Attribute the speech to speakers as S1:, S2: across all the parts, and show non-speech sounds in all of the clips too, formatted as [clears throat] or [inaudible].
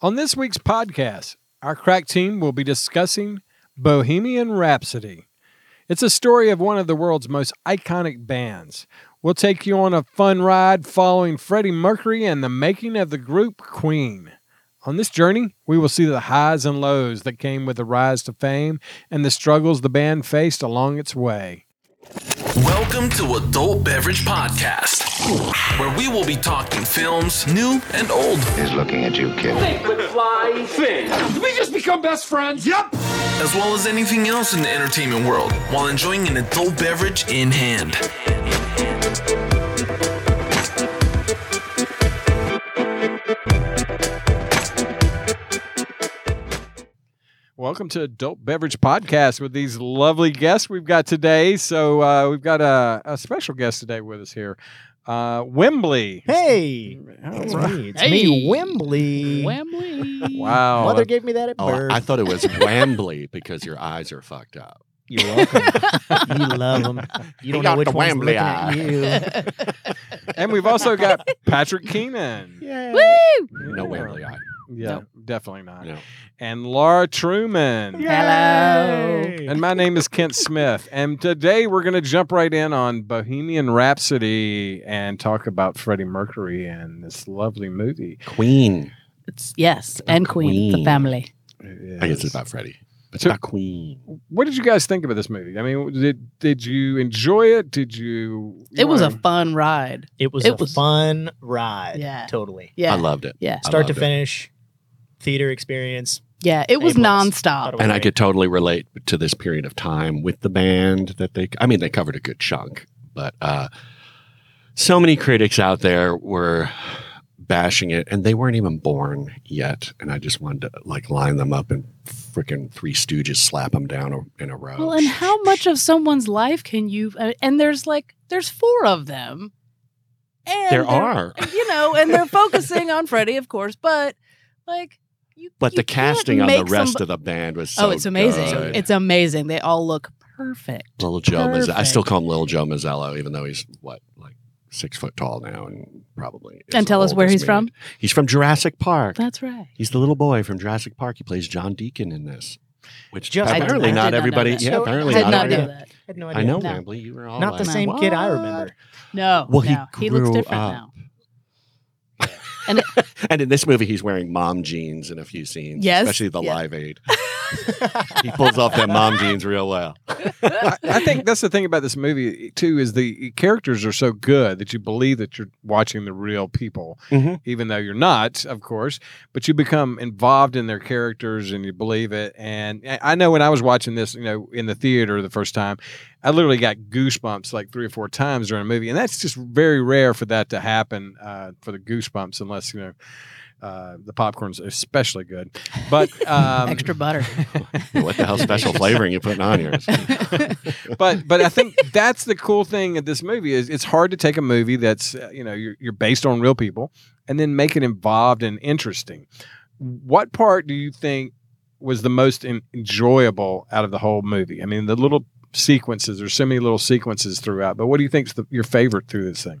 S1: On this week's podcast, our crack team will be discussing Bohemian Rhapsody. It's a story of one of the world's most iconic bands. We'll take you on a fun ride following Freddie Mercury and the making of the group Queen. On this journey, we will see the highs and lows that came with the rise to fame and the struggles the band faced along its way.
S2: Welcome to Adult Beverage Podcast, where we will be talking films, new and old,
S3: is looking at you, kid.
S4: fly thing. Did we just become best friends? Yep.
S2: as well as anything else in the entertainment world, while enjoying an adult beverage
S5: [laughs]
S2: in hand.
S1: Welcome to Adult Beverage Podcast with these lovely guests we've got today. So uh, we've got a, a special guest today with us here, uh, Wembley.
S6: Hey, it's me. It's me,
S7: Hey.
S6: Wembley.
S7: Wembley.
S1: Wow,
S6: Mother gave me that at
S8: Oh,
S6: birth.
S8: I thought it was Wambly because your eyes are fucked up.
S6: You're welcome. [laughs] you love
S8: [laughs]
S6: them. You don't know
S8: got
S6: which
S8: the
S6: one's
S8: Wembley
S6: looking
S8: eye. [laughs]
S6: at you.
S1: and we've also got Patrick Keenan.
S6: [laughs] Yeah.
S8: No Wambly eye.
S1: Yeah,
S7: Nope.
S1: definitely not.
S8: No.
S1: And Laura Truman.
S6: Hello.
S1: And my name is Kent Smith. And today we're going to jump right in on Bohemian Rhapsody and talk about Freddie Mercury and this lovely movie.
S8: Queen.
S7: It's, yes, and Queen, the
S8: Queen.
S7: family.
S8: I guess it's about Freddie. It's
S1: So-
S8: about Queen.
S1: What did you guys think about this movie? I mean, did did you enjoy it? Did you?
S7: It was a
S1: you know,
S7: fun ride.
S6: It was
S7: It
S6: a
S7: was-
S6: fun ride.
S7: Yeah.
S6: Totally.
S7: Yeah,
S8: I loved it.
S7: yeah,
S8: I
S6: Start to
S8: loved it.
S6: finish, theater experience.
S7: yeah. It was
S6: A plus. Thought it
S7: nonstop.
S6: was
S8: And I
S6: great.
S8: could totally relate to this period of time with the band that they, I mean, they covered a good chunk, but uh, so many critics out there were bashing it and they weren't even born yet. And I just wanted to like line them up and freaking Three Stooges slap them down a- in a row.
S7: Well, and how much of someone's life can you? uh, and there's like there's four of them. And
S8: There
S7: they're-
S8: are.
S7: you know, and they're focusing on Freddie, of course, but like you.
S8: But
S7: you
S8: the
S7: can't
S8: casting on the
S7: make
S8: rest
S7: somebo-
S8: of the band was so
S7: oh, it's amazing!
S8: good.
S7: It's amazing. They all look perfect.
S8: Little Joe Mazz- I still
S7: Perfect.
S8: call him Little Joe Mazzello, even though he's what, like six foot tall now and probably. is
S7: And tell us
S8: old
S7: where
S8: as
S7: he's
S8: me.
S7: from.
S8: He's from Jurassic Park.
S7: That's right.
S8: he's the little boy from Jurassic Park. He plays John Deacon in this, which
S6: Just- I-
S8: apparently
S6: I
S7: did
S8: not
S7: not know
S8: everybody.
S7: that.
S8: yeah,
S6: So-
S8: apparently
S7: I did
S8: not.
S7: not know
S8: everybody-
S7: that.
S6: I had no
S8: I
S6: idea.
S8: know,
S7: No.
S8: Wembley. You were all
S6: Not the
S8: like,
S6: same kid I
S8: "What?"
S6: remember.
S7: No,
S8: Well, he
S7: no. He, looks
S8: grew
S7: different
S8: up. [laughs]
S7: now.
S8: And in this movie, he's wearing mom jeans in a few scenes,
S7: Yes.
S8: especially the
S7: Yeah.
S8: Live Aid. he pulls off that mom jeans
S7: [laughs]
S8: real well.
S1: I, I think that's the thing about this movie too is the characters are so good that you believe that you're watching the real people,
S8: Mhm.
S1: even though you're not, of course. But you become involved in their characters and you believe it. And I- I know when I was watching this, you know, in the theater the first time, I literally got goosebumps like three or four times during a movie, and that's just very rare for that to happen uh, for the goosebumps, unless you know. Uh, the popcorn's especially good, but um, [laughs]
S7: Extra butter.
S8: [laughs] What the hell
S7: [laughs]
S8: special flavoring you putting on yours?
S1: but but I think that's the cool thing of this movie is it's hard to take a movie that's uh, you know you're, you're based on real people and then make it involved and interesting. What part do you think was the most en- enjoyable out of the whole movie? I mean, the little sequences. There's so many little sequences throughout. But what do you think's the, your favorite through this thing?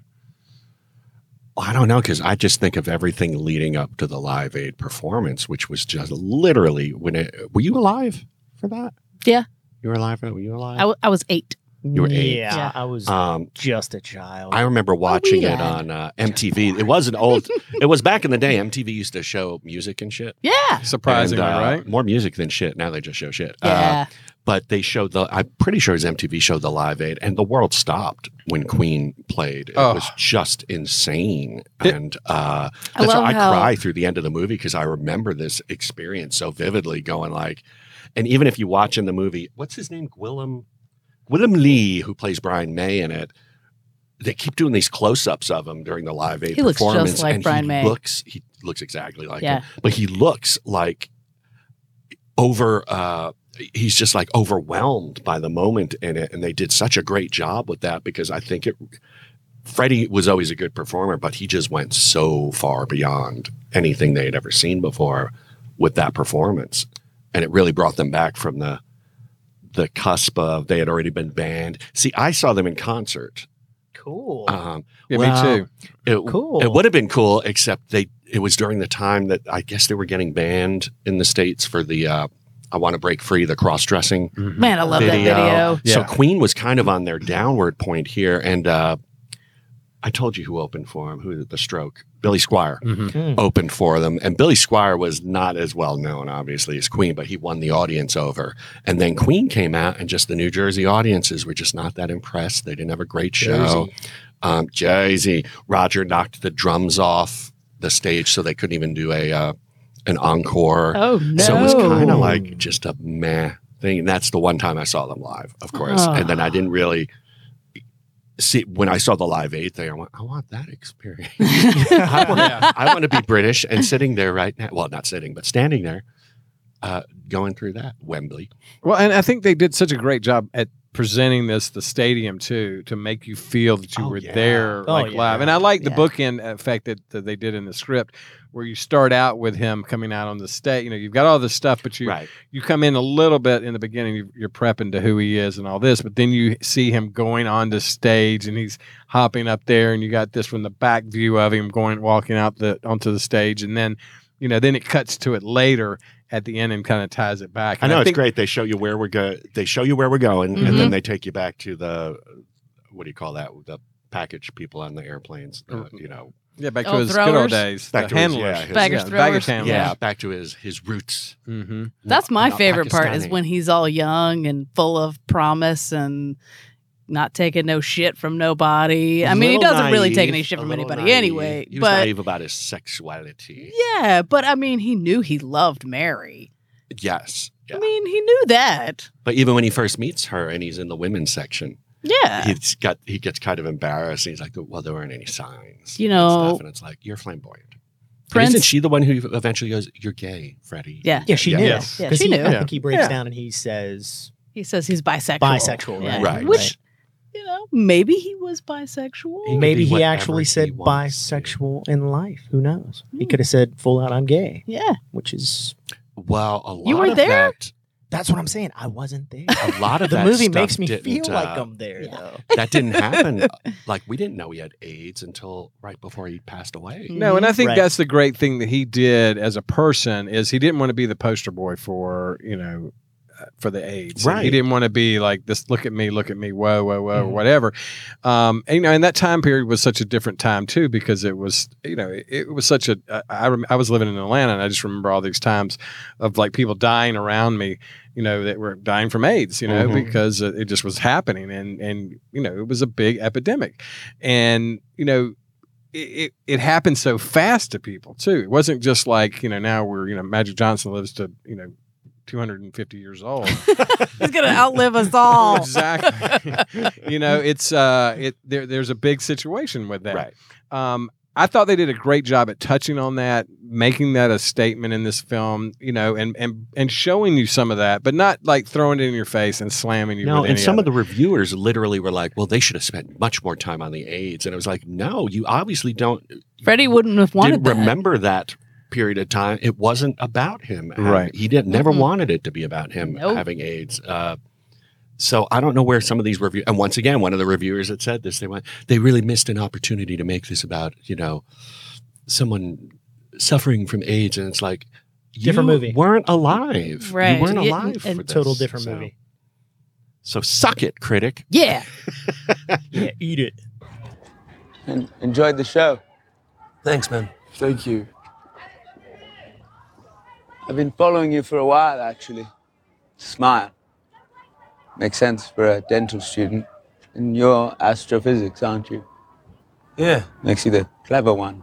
S8: I don't know because I just think of everything leading up to the Live Aid performance, which was just literally when it. Were you alive for that?
S7: Yeah.
S8: you were alive. For, were you
S7: I,
S8: alive?
S7: w- I was eight.
S8: You were eight.
S6: Yeah,
S7: Yeah. Oh,
S6: I was
S8: um,
S6: just a child.
S8: I remember watching
S7: wee
S8: it
S7: lad.
S8: on uh, MTV. It was an old. it was back in the day. MTV used to show music and shit.
S7: Yeah.
S1: Surprisingly,
S8: And, uh,
S1: right?
S8: More music than shit. Now they just show shit. Uh,
S7: Yeah.
S8: but they showed the. I'm pretty sure it was MTV showed the Live Aid, and the world stopped when Queen played. It
S1: Oh.
S8: was just insane,
S1: It-
S8: and. uh
S7: I
S8: That's
S7: love
S8: why I
S7: how
S8: cry through the end of the movie because I remember this experience so vividly going like, and even if you watch in the movie, what's his name? Willem, Willem Lee, who plays Brian May in it. They keep doing these close-ups of him during the live aid
S7: He looks just
S8: performance,
S7: like
S8: and
S7: Brian
S8: he
S7: May.
S8: looks he looks exactly like
S7: Yeah.
S8: him, but he looks like over. uh He's just like overwhelmed by the moment in it, and they did such a great job with that because I think it Freddie was always a good performer, but he just went so far beyond anything they had ever seen before with that performance, and it really brought them back from the the cusp of they had already been banned. See, I saw them in concert.
S6: cool.
S8: Um,
S1: Yeah,
S8: well,
S1: me too.
S8: it,
S6: Cool.
S8: It would have been cool, except they it was during the time that I guess they were getting banned in the states for the uh, "I Want to Break Free" the cross dressing.
S7: Man, I love
S8: Video.
S7: that video.
S8: So
S1: Yeah.
S8: Queen was kind of on their downward point here, and uh, I told you who opened for him. Who the Stroke? Billy Squire opened for them, and Billy Squire was not as well known, obviously, as Queen, but he won the audience over. And then Queen came out, and just the New Jersey audiences were just not that impressed. They didn't have a great show. [laughs] Um, Jersey Roger knocked the drums off the stage, so they couldn't even do a uh, an encore.
S7: Oh no.
S8: So it was kind
S6: No.
S8: of like just a meh thing. And that's the one time I saw them live, of course. And then I didn't really see when I saw the Live Aid thing, I went, I want
S7: [laughs]
S8: that experience. I, want, I want to be British and sitting there right now. Well, not sitting, but standing there. Uh, going through that Wembley,
S1: Well, and I think they did such a great job at presenting this the stadium too to make you feel that you
S8: Oh,
S1: were
S8: yeah.
S1: there
S6: Oh,
S1: like
S6: yeah.
S1: live. And I like the
S6: Yeah.
S1: bookend effect that, that they did in the script where you start out with him coming out on the stage. You know, you've got all this stuff, but you
S8: right?
S1: you come in a little bit in the beginning. You, you're prepping to who he is and all this, but then you see him going on the stage and he's hopping up there, and you got this from the back view of him going walking out the onto the stage, and then you know then it cuts to it later at the end and kind of ties it back.
S8: I
S1: And
S8: know
S1: think-
S8: it's great. They show you where we're go. They show you where we're going, and
S7: Mhm.
S8: then they take you back to the what do you call that? The package people on the airplanes. Uh, you know,
S1: Yeah, back to
S7: Oh,
S1: his good old
S7: throwers?
S1: days.
S8: Back
S1: the
S8: to his-
S1: handlers.
S8: yeah, his- Mm-hmm.
S7: Baggage
S1: the baggage
S7: throwers.
S1: handlers.
S8: yeah, back to his his roots.
S1: hmm
S7: That's my
S8: Not
S7: favorite part is
S8: Pakistani.
S7: when he's all young and full of promise and not taking no shit from nobody. I mean, he
S8: Little
S7: doesn't really take
S8: naive,
S7: any shit
S8: a
S7: from
S8: little
S7: anybody
S8: naive.
S7: anyway.
S8: He was
S7: but
S8: naive about his sexuality.
S7: yeah, but I mean, he knew he loved Mary.
S8: Yes. Yeah.
S7: I mean, he knew that.
S8: But even when he first meets her and he's in the women's section,
S7: Yeah.
S8: he's got he gets kind of embarrassed. He's like, Well, there weren't any signs.
S7: You
S8: and stuff."
S7: know-
S8: and it's like, You're flamboyant. Prince,
S7: Prince-
S8: isn't she the one who eventually goes, You're gay, Freddie?
S7: Yeah.
S6: [laughs] Yeah, she
S8: Yeah.
S6: knew.
S1: Yes.
S7: Yeah,
S6: 'Cause
S7: she
S6: he-
S7: knew.
S6: I think he breaks
S1: Yeah.
S6: down and he says
S7: He says he's bisexual.
S6: bisexual,
S7: Yeah.
S6: right?
S8: Right.
S7: Which,
S6: right.
S7: you know, maybe he was bisexual.
S8: He- could
S6: Maybe
S8: be
S6: he
S8: whatever
S6: actually
S8: he
S6: said
S8: wants to be.
S6: bisexual in life. Who knows? He
S7: Hmm.
S6: could have said full out, I'm gay,
S7: yeah.
S6: which is
S8: Well, a lot
S7: You were
S8: of
S7: there?
S8: that-
S6: that's what I'm saying. I wasn't
S8: [laughs]
S6: there.
S8: a lot of
S6: the
S8: that
S6: movie
S8: stuff
S6: makes me
S8: didn't,
S6: feel like
S8: uh,
S6: I'm there,
S7: Yeah.
S6: though.
S8: that didn't [laughs] happen. like we didn't know he had AIDS until right before he passed away.
S7: Mm.
S1: No, and I think
S6: Right.
S1: that's the great thing that he did as a person is he didn't want to be the poster boy for you know uh, for the AIDS.
S8: Right.
S1: He didn't want to be like this. Look at me, look at me, whoa, whoa, whoa,
S6: Mhm.
S1: whatever. Um, and, you know, and that time period was such a different time too because it was you know it, it was such a I I, rem- I was living in Atlanta and I just remember all these times of like people dying around me. You know that were dying from AIDS. You know
S8: Mhm.
S1: because uh, it just was happening and and you know it was a big epidemic, and you know it, it, it happened so fast to people too. It wasn't just like you know now we're you know Magic Johnson lives to you know 250 years old.
S7: He's going to outlive us
S8: [laughs]
S1: [laughs]
S7: all.
S1: exactly. [laughs] you know it's uh it there, there's a big situation with that.
S8: Right.
S1: Um, I thought they did a great job at touching on that, making that a statement in this film. You know, and and and showing you some of that, but not like throwing it in your face and slamming you.
S8: No,
S1: with
S8: and
S1: any
S8: some
S1: of
S8: of the reviewers literally were like, "Well, they should have spent much more time on the AIDS," and it was like, "No, you obviously don't
S7: Freddie wouldn't have wanted
S8: didn't
S7: that.
S8: remember that period of time. It wasn't about him, having-
S1: Right.
S8: He didn't never
S7: Mhm.
S8: wanted it to be about him
S7: Nope.
S8: having AIDS." Uh, so I don't know where some of these review and once again one of the reviewers that said this they went they really missed an opportunity to make this about you know someone suffering from AIDS and it's like you
S6: Different movie.
S8: weren't alive
S7: Right.
S8: you weren't
S7: Yeah,
S8: alive
S7: and
S8: for this.
S6: Total different
S8: So-
S6: movie.
S8: so suck it critic
S7: Yeah.
S6: Yeah, eat it.
S3: En- enjoyed the show.
S5: Thanks, man.
S3: Thank you. I've been following you for a while, actually. Smile. Makes sense for a dental student. And you're astrophysics, aren't you?
S5: Yeah.
S3: Makes you the clever one.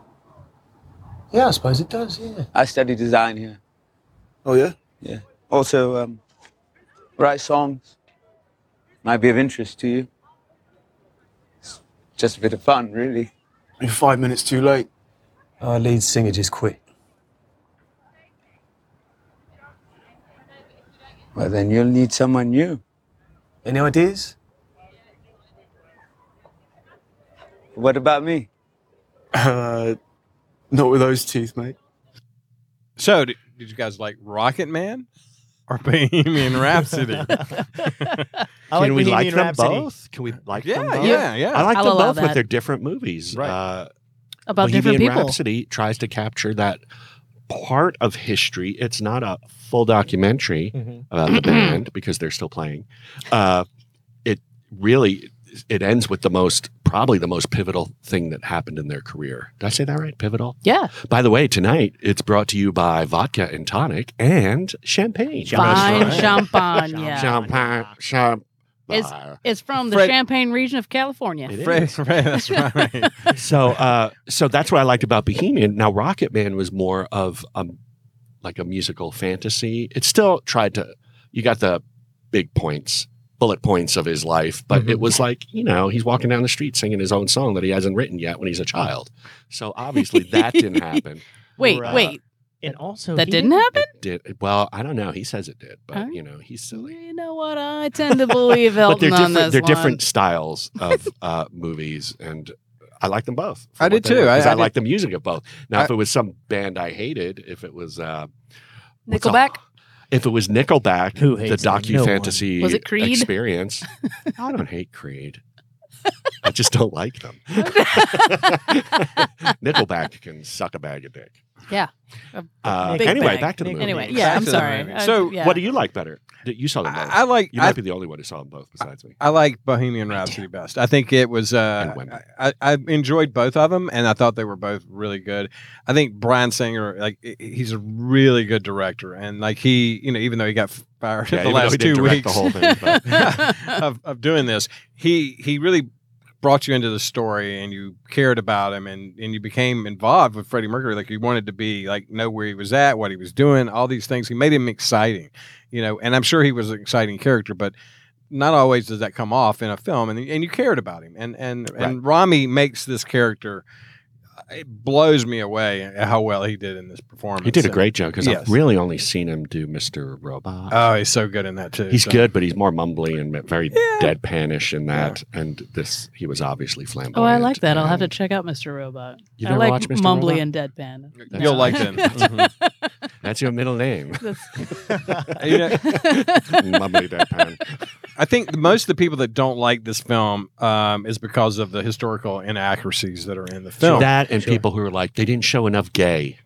S5: Yeah, I suppose it does, yeah.
S3: I study design here.
S5: Oh, yeah?
S3: Yeah. Also, um, write songs. Might be of interest to you. It's just a bit of fun, really.
S5: You're five minutes too late. Our lead singer just quit.
S3: Well, then you'll need someone new.
S5: Any ideas?
S3: What about me?
S5: Uh, not with those teeth, mate.
S1: So, did, did you guys like Rocket Man or [laughs] Bohemian
S8: [laughs]
S1: Rhapsody?
S6: I
S8: Can we
S6: Bohemian
S8: like them
S6: Rhapsody.
S8: both? Can we like them
S1: yeah,
S8: both?
S1: yeah, yeah.
S8: I like
S7: I'll
S8: them
S7: allow
S8: both with
S7: that.
S8: their different movies.
S1: Right.
S8: Uh,
S7: about
S8: Bohemian
S7: different people.
S8: Rhapsody tries to capture that part of history. It's not a full documentary
S6: Mhm.
S7: [clears throat]
S8: about the band because they're still playing. Uh, it really it ends with the most probably the most pivotal thing that happened in their career. Did I say that right? Pivotal.
S7: Yeah,
S8: By the way, tonight it's brought to you by vodka and tonic and champagne.
S7: fine
S8: That's right.
S7: champagne. Yeah,
S8: Champagne. Champagne.
S7: It's- it's from the
S1: Fred-
S7: Champagne region of California.
S8: It is.
S1: Right, right, that's
S8: [laughs]
S1: right.
S8: so uh so that's what I liked about Bohemian. Now Rocket Man was more of um like a musical fantasy. It still tried to you got the big points, bullet points of his life, but it was like, you know, he's walking down the street singing his own song that he hasn't written yet when he's a child. So obviously that didn't happen.
S7: Wait,
S6: Right.
S7: wait,
S6: And also,
S7: that
S6: Oh, he
S7: didn't happen.
S8: It did well, I don't know. He says it did, but
S7: Huh?
S8: you know, he's silly.
S7: You know what? I tend to believe Elton
S8: [laughs] but they're
S7: on
S8: different
S7: this
S8: they're
S7: one.
S8: different styles of [laughs] uh movies and I like them both. for
S1: I
S8: what
S1: did
S8: they
S1: too.
S8: were,
S1: I-
S8: 'cause
S1: I
S8: I,
S1: did-
S8: like the music of both. Now,
S1: I-
S8: if it was some band I hated, if it was uh, what's a-
S7: Nickelback.
S8: [laughs] if it was Nickelback,
S6: Who
S8: the
S6: hates them?
S8: docu
S6: No one.
S8: fantasy
S7: Was it Creed? [laughs]
S8: experience. I don't hate Creed. I just don't like
S7: [laughs]
S8: them. [laughs] Nickelback can suck a bag of dick.
S7: Yeah.
S8: Uh,
S7: Big
S8: anyway,
S6: bag.
S8: back to the movie.
S7: Anyway,
S6: Back
S7: yeah. I'm
S1: to the
S7: sorry.
S1: movie.
S7: I-
S1: So,
S7: yeah.
S8: What do you like better? That You saw them both.
S1: I, I like.
S8: you
S1: I,
S8: might be the only one who saw them both besides me.
S1: I like Bohemian Rhapsody best. I think it was. Uh,
S8: And Wembley.
S1: I, I enjoyed both of them, and I thought they were both really good. I think Brian Singer, like he- he's a really good director, and like he, you know, even though he got fired [laughs]
S8: Yeah,
S1: the
S8: even though he
S1: last two
S8: didn't direct
S1: weeks
S8: the whole thing.
S1: [laughs]
S8: but-
S1: of, of doing this, he he really brought you into the story, and you cared about him, and and you became involved with Freddie Mercury. Like you wanted to be like know where he was at, what he was doing, all these things. He made him exciting, you know, and I'm sure he was an exciting character, but not always does that come off in a film and, and you cared about him and and and Rami makes this character it blows me away at how well he did in this performance
S8: He did a
S1: And-
S8: great job because
S1: Yes.
S8: I've really only seen him do Mr. Robot.
S1: oh he's so good in that too
S8: he's
S1: So-
S8: good, but he's more mumbly and very
S1: Yeah.
S8: deadpanish in that. And this, he was obviously flamboyant.
S7: Oh, I like that. I'll have to
S8: and-
S7: check out Mr. Robot.
S8: You
S7: I
S8: never
S7: like
S8: watched Mr.
S7: Mumbly
S8: Robot?
S7: and Deadpan.
S1: you'll
S7: No.
S1: like him
S8: [laughs]
S1: Mhm.
S8: That's your middle name, [laughs]
S1: You know,
S8: mumbly deadpan.
S1: I think most of the people that don't like this film um, is because of the historical inaccuracies that are in the film
S8: That and people who are like, they didn't show enough gay.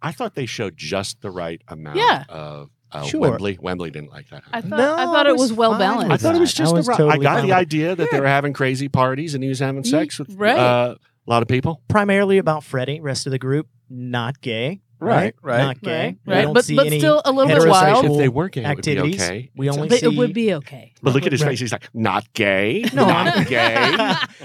S8: I thought they showed just the right amount.
S7: Yeah.
S8: Of, uh,
S6: Sure.
S8: Wembley. Wembley didn't like that.
S7: I
S8: huh?
S7: thought, I thought it was well
S8: I
S7: balanced.
S8: thought it
S6: I
S8: was just
S6: was
S8: the right.
S6: totally
S8: I got
S6: fine
S8: the
S6: with-
S8: idea that they were having crazy parties and he was having
S7: Ye-
S8: sex with
S7: right.
S8: uh, a lot of people.
S6: primarily about Freddie. Rest of the group not gay.
S1: Right, right.
S6: Not gay.
S7: Right,
S6: We
S7: right.
S6: don't
S7: But-
S6: see
S7: but
S6: any
S7: still a little bit
S6: heterosexual
S7: wild.
S8: If they were gay,
S6: activities.
S8: it would be okay.
S6: We only
S7: But
S6: see.
S7: it would be okay.
S8: But look at his
S6: Right.
S8: face. He's like, not gay.
S6: No,
S8: not
S6: I'm- [laughs]
S8: gay.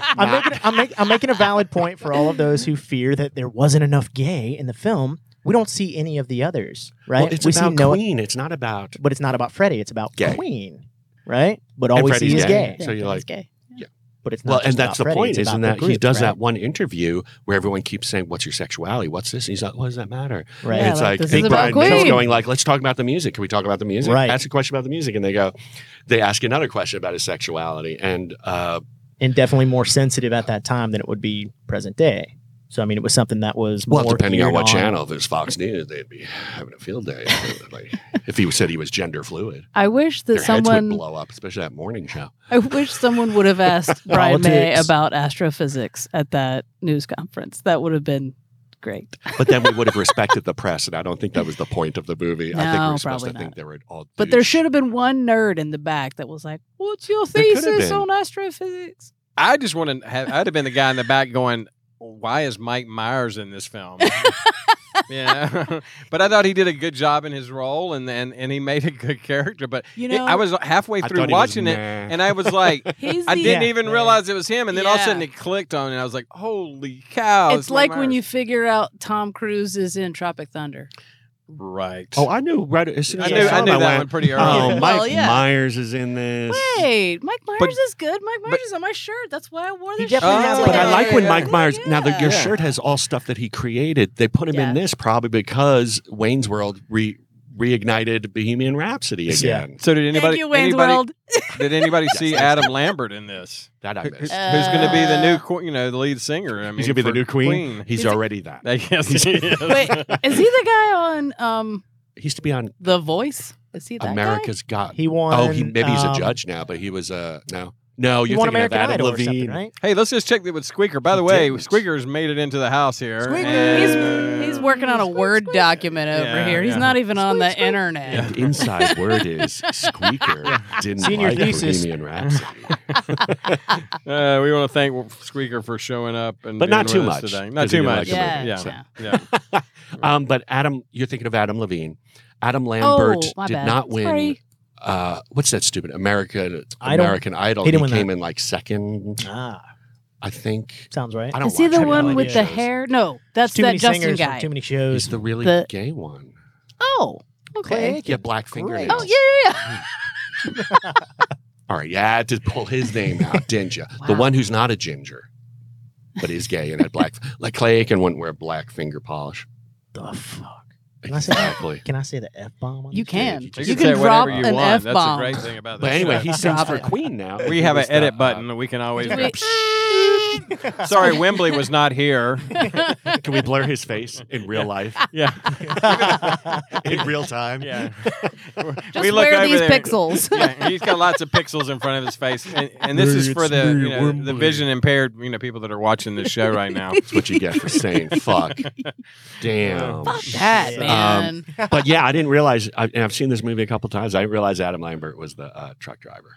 S7: [laughs]
S6: I'm making, I'm, make, I'm making a valid point for all of those who fear that there wasn't enough gay in the film. We don't see any of the others, right?
S8: Well, it's
S6: we
S8: about
S6: see Noah-
S8: Queen. It's not about.
S6: but it's not about Freddie. It's about
S8: Gay.
S6: Queen, right? But all we
S8: Freddie's
S6: see is
S8: gay,
S6: gay.
S8: so
S6: Freddie's
S8: you're like-
S6: gay.
S8: yeah.
S6: But it's not
S8: Well, and
S6: just
S8: that's the
S6: about Freddie,
S8: point,
S6: it's
S8: isn't
S6: about
S8: that
S6: the
S8: he
S6: group,
S8: does that
S6: right?
S8: one interview where everyone keeps saying, "What's your sexuality? What's this?" And he's like, "What does that matter?"
S6: Right.
S8: and
S7: Yeah,
S8: it's
S7: like,
S8: like,
S7: this
S8: Big
S7: is
S8: Brian
S7: about
S8: Mitchell's
S7: Queen.
S8: going like, "Let's talk about the music. Can we talk about the music?"
S6: Right.
S8: Ask a question about the music, and they go, they ask another question about his sexuality, and uh,
S6: and definitely more sensitive at that time than it would be present day. So I mean, it was something that was
S8: well,
S6: more
S8: depending on
S6: geared
S8: what channel, if it's Fox News, they'd be having a field day. [laughs] like, if he said he was gender fluid,
S7: I wish that
S8: their heads would
S7: someone.
S8: blow up, especially that morning show.
S7: I wish someone
S6: [laughs]
S7: would have asked Brian May
S6: Politics.
S7: about astrophysics at that news conference. That would have been great.
S8: But then we would have respected the press, and I don't think that was the point of the movie. I think we
S7: No,
S8: were supposed
S7: probably
S8: to think
S7: not.
S8: they were all.
S7: But there
S8: douche.
S7: should have been one nerd in the back that was like, "What's your
S8: There could have
S7: thesis
S8: been.
S7: on astrophysics?"
S1: I just want to have. I'd have been the guy in the back going, "Why is Mike Myers in this film?" yeah, [laughs] but I thought he did a good job in his role, and and, and he made a good character. But
S7: You
S1: it-
S7: know,
S1: I was halfway
S8: I
S1: through
S8: thought he was
S1: watching it,
S8: meh.
S1: and I was like.
S7: He's
S1: I
S7: the-
S1: didn't
S6: Yeah.
S1: even realize it was him, and then all of a sudden
S7: Yeah.
S1: it clicked on, me, and I was like, "Holy cow!"
S7: It's
S1: Mike
S7: like when you
S1: Myers."
S7: figure out Tom Cruise is in Tropic Thunder.
S1: right.
S8: Oh, I knew right as soon
S1: I
S8: as
S1: knew,
S8: I, saw
S1: I
S8: him,
S1: knew
S8: I
S1: that
S8: went,
S1: one pretty early.
S8: Oh, Mike
S7: Well, yeah.
S8: Myers is in this.
S7: Wait, Mike Myers
S1: But-
S7: is good. Mike Myers
S1: but-
S7: is on my shirt. That's why I wore
S6: He
S7: this shirt.
S6: definitely has
S8: Oh, But I
S1: Yeah,
S8: like
S1: yeah,
S8: when
S1: yeah.
S8: Mike Myers. Now the, your
S7: Yeah.
S8: shirt has all stuff that he created. They put him
S7: Yeah.
S8: in this probably because Wayne's World re- reignited Bohemian Rhapsody
S6: Yeah.
S8: again.
S1: So did anybody?
S7: Thank you, Wayne's
S1: anybody
S7: World.
S1: Did anybody see Adam Lambert in this?
S8: That I
S1: Who- who- who's
S8: missed.
S1: going to be the new,
S7: Uh,
S1: qu- you know, the lead singer? I mean,
S8: He's gonna be the
S1: for
S8: new Queen. He's,
S7: He's a-
S8: already that.
S1: [laughs] I guess he is.
S7: Wait, is he the guy on um
S8: He used to be on
S7: The Voice? Is he that guy?
S8: America's Got.
S6: He won.
S8: oh, he maybe he's a
S6: um,
S8: judge now, but he was uh no. No,
S6: You
S8: you're
S6: want
S8: thinking
S6: American
S8: of Adam
S6: Idol or something,
S8: Levine.
S6: right?
S1: Hey, let's just check it with Squeaker. By the way,
S8: didn't.
S1: Squeaker's made it into the house here.
S6: Squeaker!
S1: and- uh,
S7: He's working on a Word document over
S1: Yeah,
S7: here. He's
S1: yeah.
S7: not even on the internet.
S8: And inside word is squeaker didn't
S6: Senior
S8: like
S6: thesis.
S8: Bohemian Rhapsody.
S1: Uh, we want to thank Squeaker for showing up and
S8: But not
S1: being
S8: too
S1: with us
S8: much,
S1: Today. Not
S8: 'cause he
S1: too
S8: didn't
S1: much.
S8: like
S7: the movie,
S1: yeah,
S7: so.
S1: yeah. yeah.
S8: [laughs] Um, but Adam, you're thinking of Adam Levine. Adam Lambert
S7: my
S8: did
S7: bad.
S8: not win.
S7: Sorry.
S8: Uh, what's that stupid American
S6: Idol?
S8: American Idol?
S6: He didn't win
S8: came in like second,
S6: Ah,
S8: I think.
S6: sounds right.
S8: I don't
S7: Is he
S8: watch
S7: the
S8: any
S7: one
S8: Idol
S7: with the
S8: shows.
S7: hair? No, that's
S6: It's too
S7: that
S6: many
S7: Justin
S6: singers from
S7: guy.
S6: too many
S8: He's
S6: shows.
S8: the really
S7: The-
S8: gay one.
S7: oh, okay.
S8: Yeah, black fingernails.
S7: Oh yeah, yeah, yeah.
S8: All right, yeah, I had to pull his
S7: [laughs]
S8: name out, didn't you? The
S7: Wow.
S8: one who's not a ginger, but is gay and
S7: [laughs]
S8: had black, like Clay Aiken wouldn't wear black finger polish.
S6: the fuck? Can I say that?
S8: Exactly.
S6: Can I say the f bomb?
S7: You can.
S8: You
S7: [laughs] You
S8: can
S7: can
S1: say
S7: drop
S1: whatever you
S7: an
S1: want.
S7: f bomb.
S1: That's the great thing about this.
S8: But anyway,
S1: show.
S8: he sings
S7: Drop
S8: for
S7: it.
S8: Queen now.
S1: we
S8: He
S1: have an
S8: was the,
S1: edit
S8: uh,
S1: button that we can always.
S7: Do [laughs] we-
S1: [laughs]
S7: [laughs]
S1: Sorry, Wembley was not here.
S8: [laughs] Can we blur his face [laughs] in real life,
S1: Yeah,
S8: in real
S1: [laughs]
S8: time?
S1: yeah.
S7: Just wear these pixels.
S1: Yeah, he's got lots of pixels in front of his face, and, and this is for the you know, the vision impaired you know people that are watching this show right
S7: [laughs]
S1: now.
S8: That's what you get for saying fuck. Damn.
S7: Fuck that man.
S8: But yeah, I didn't realize, I, and I've seen this movie a couple times. I didn't realize Adam Lambert was the uh, truck driver.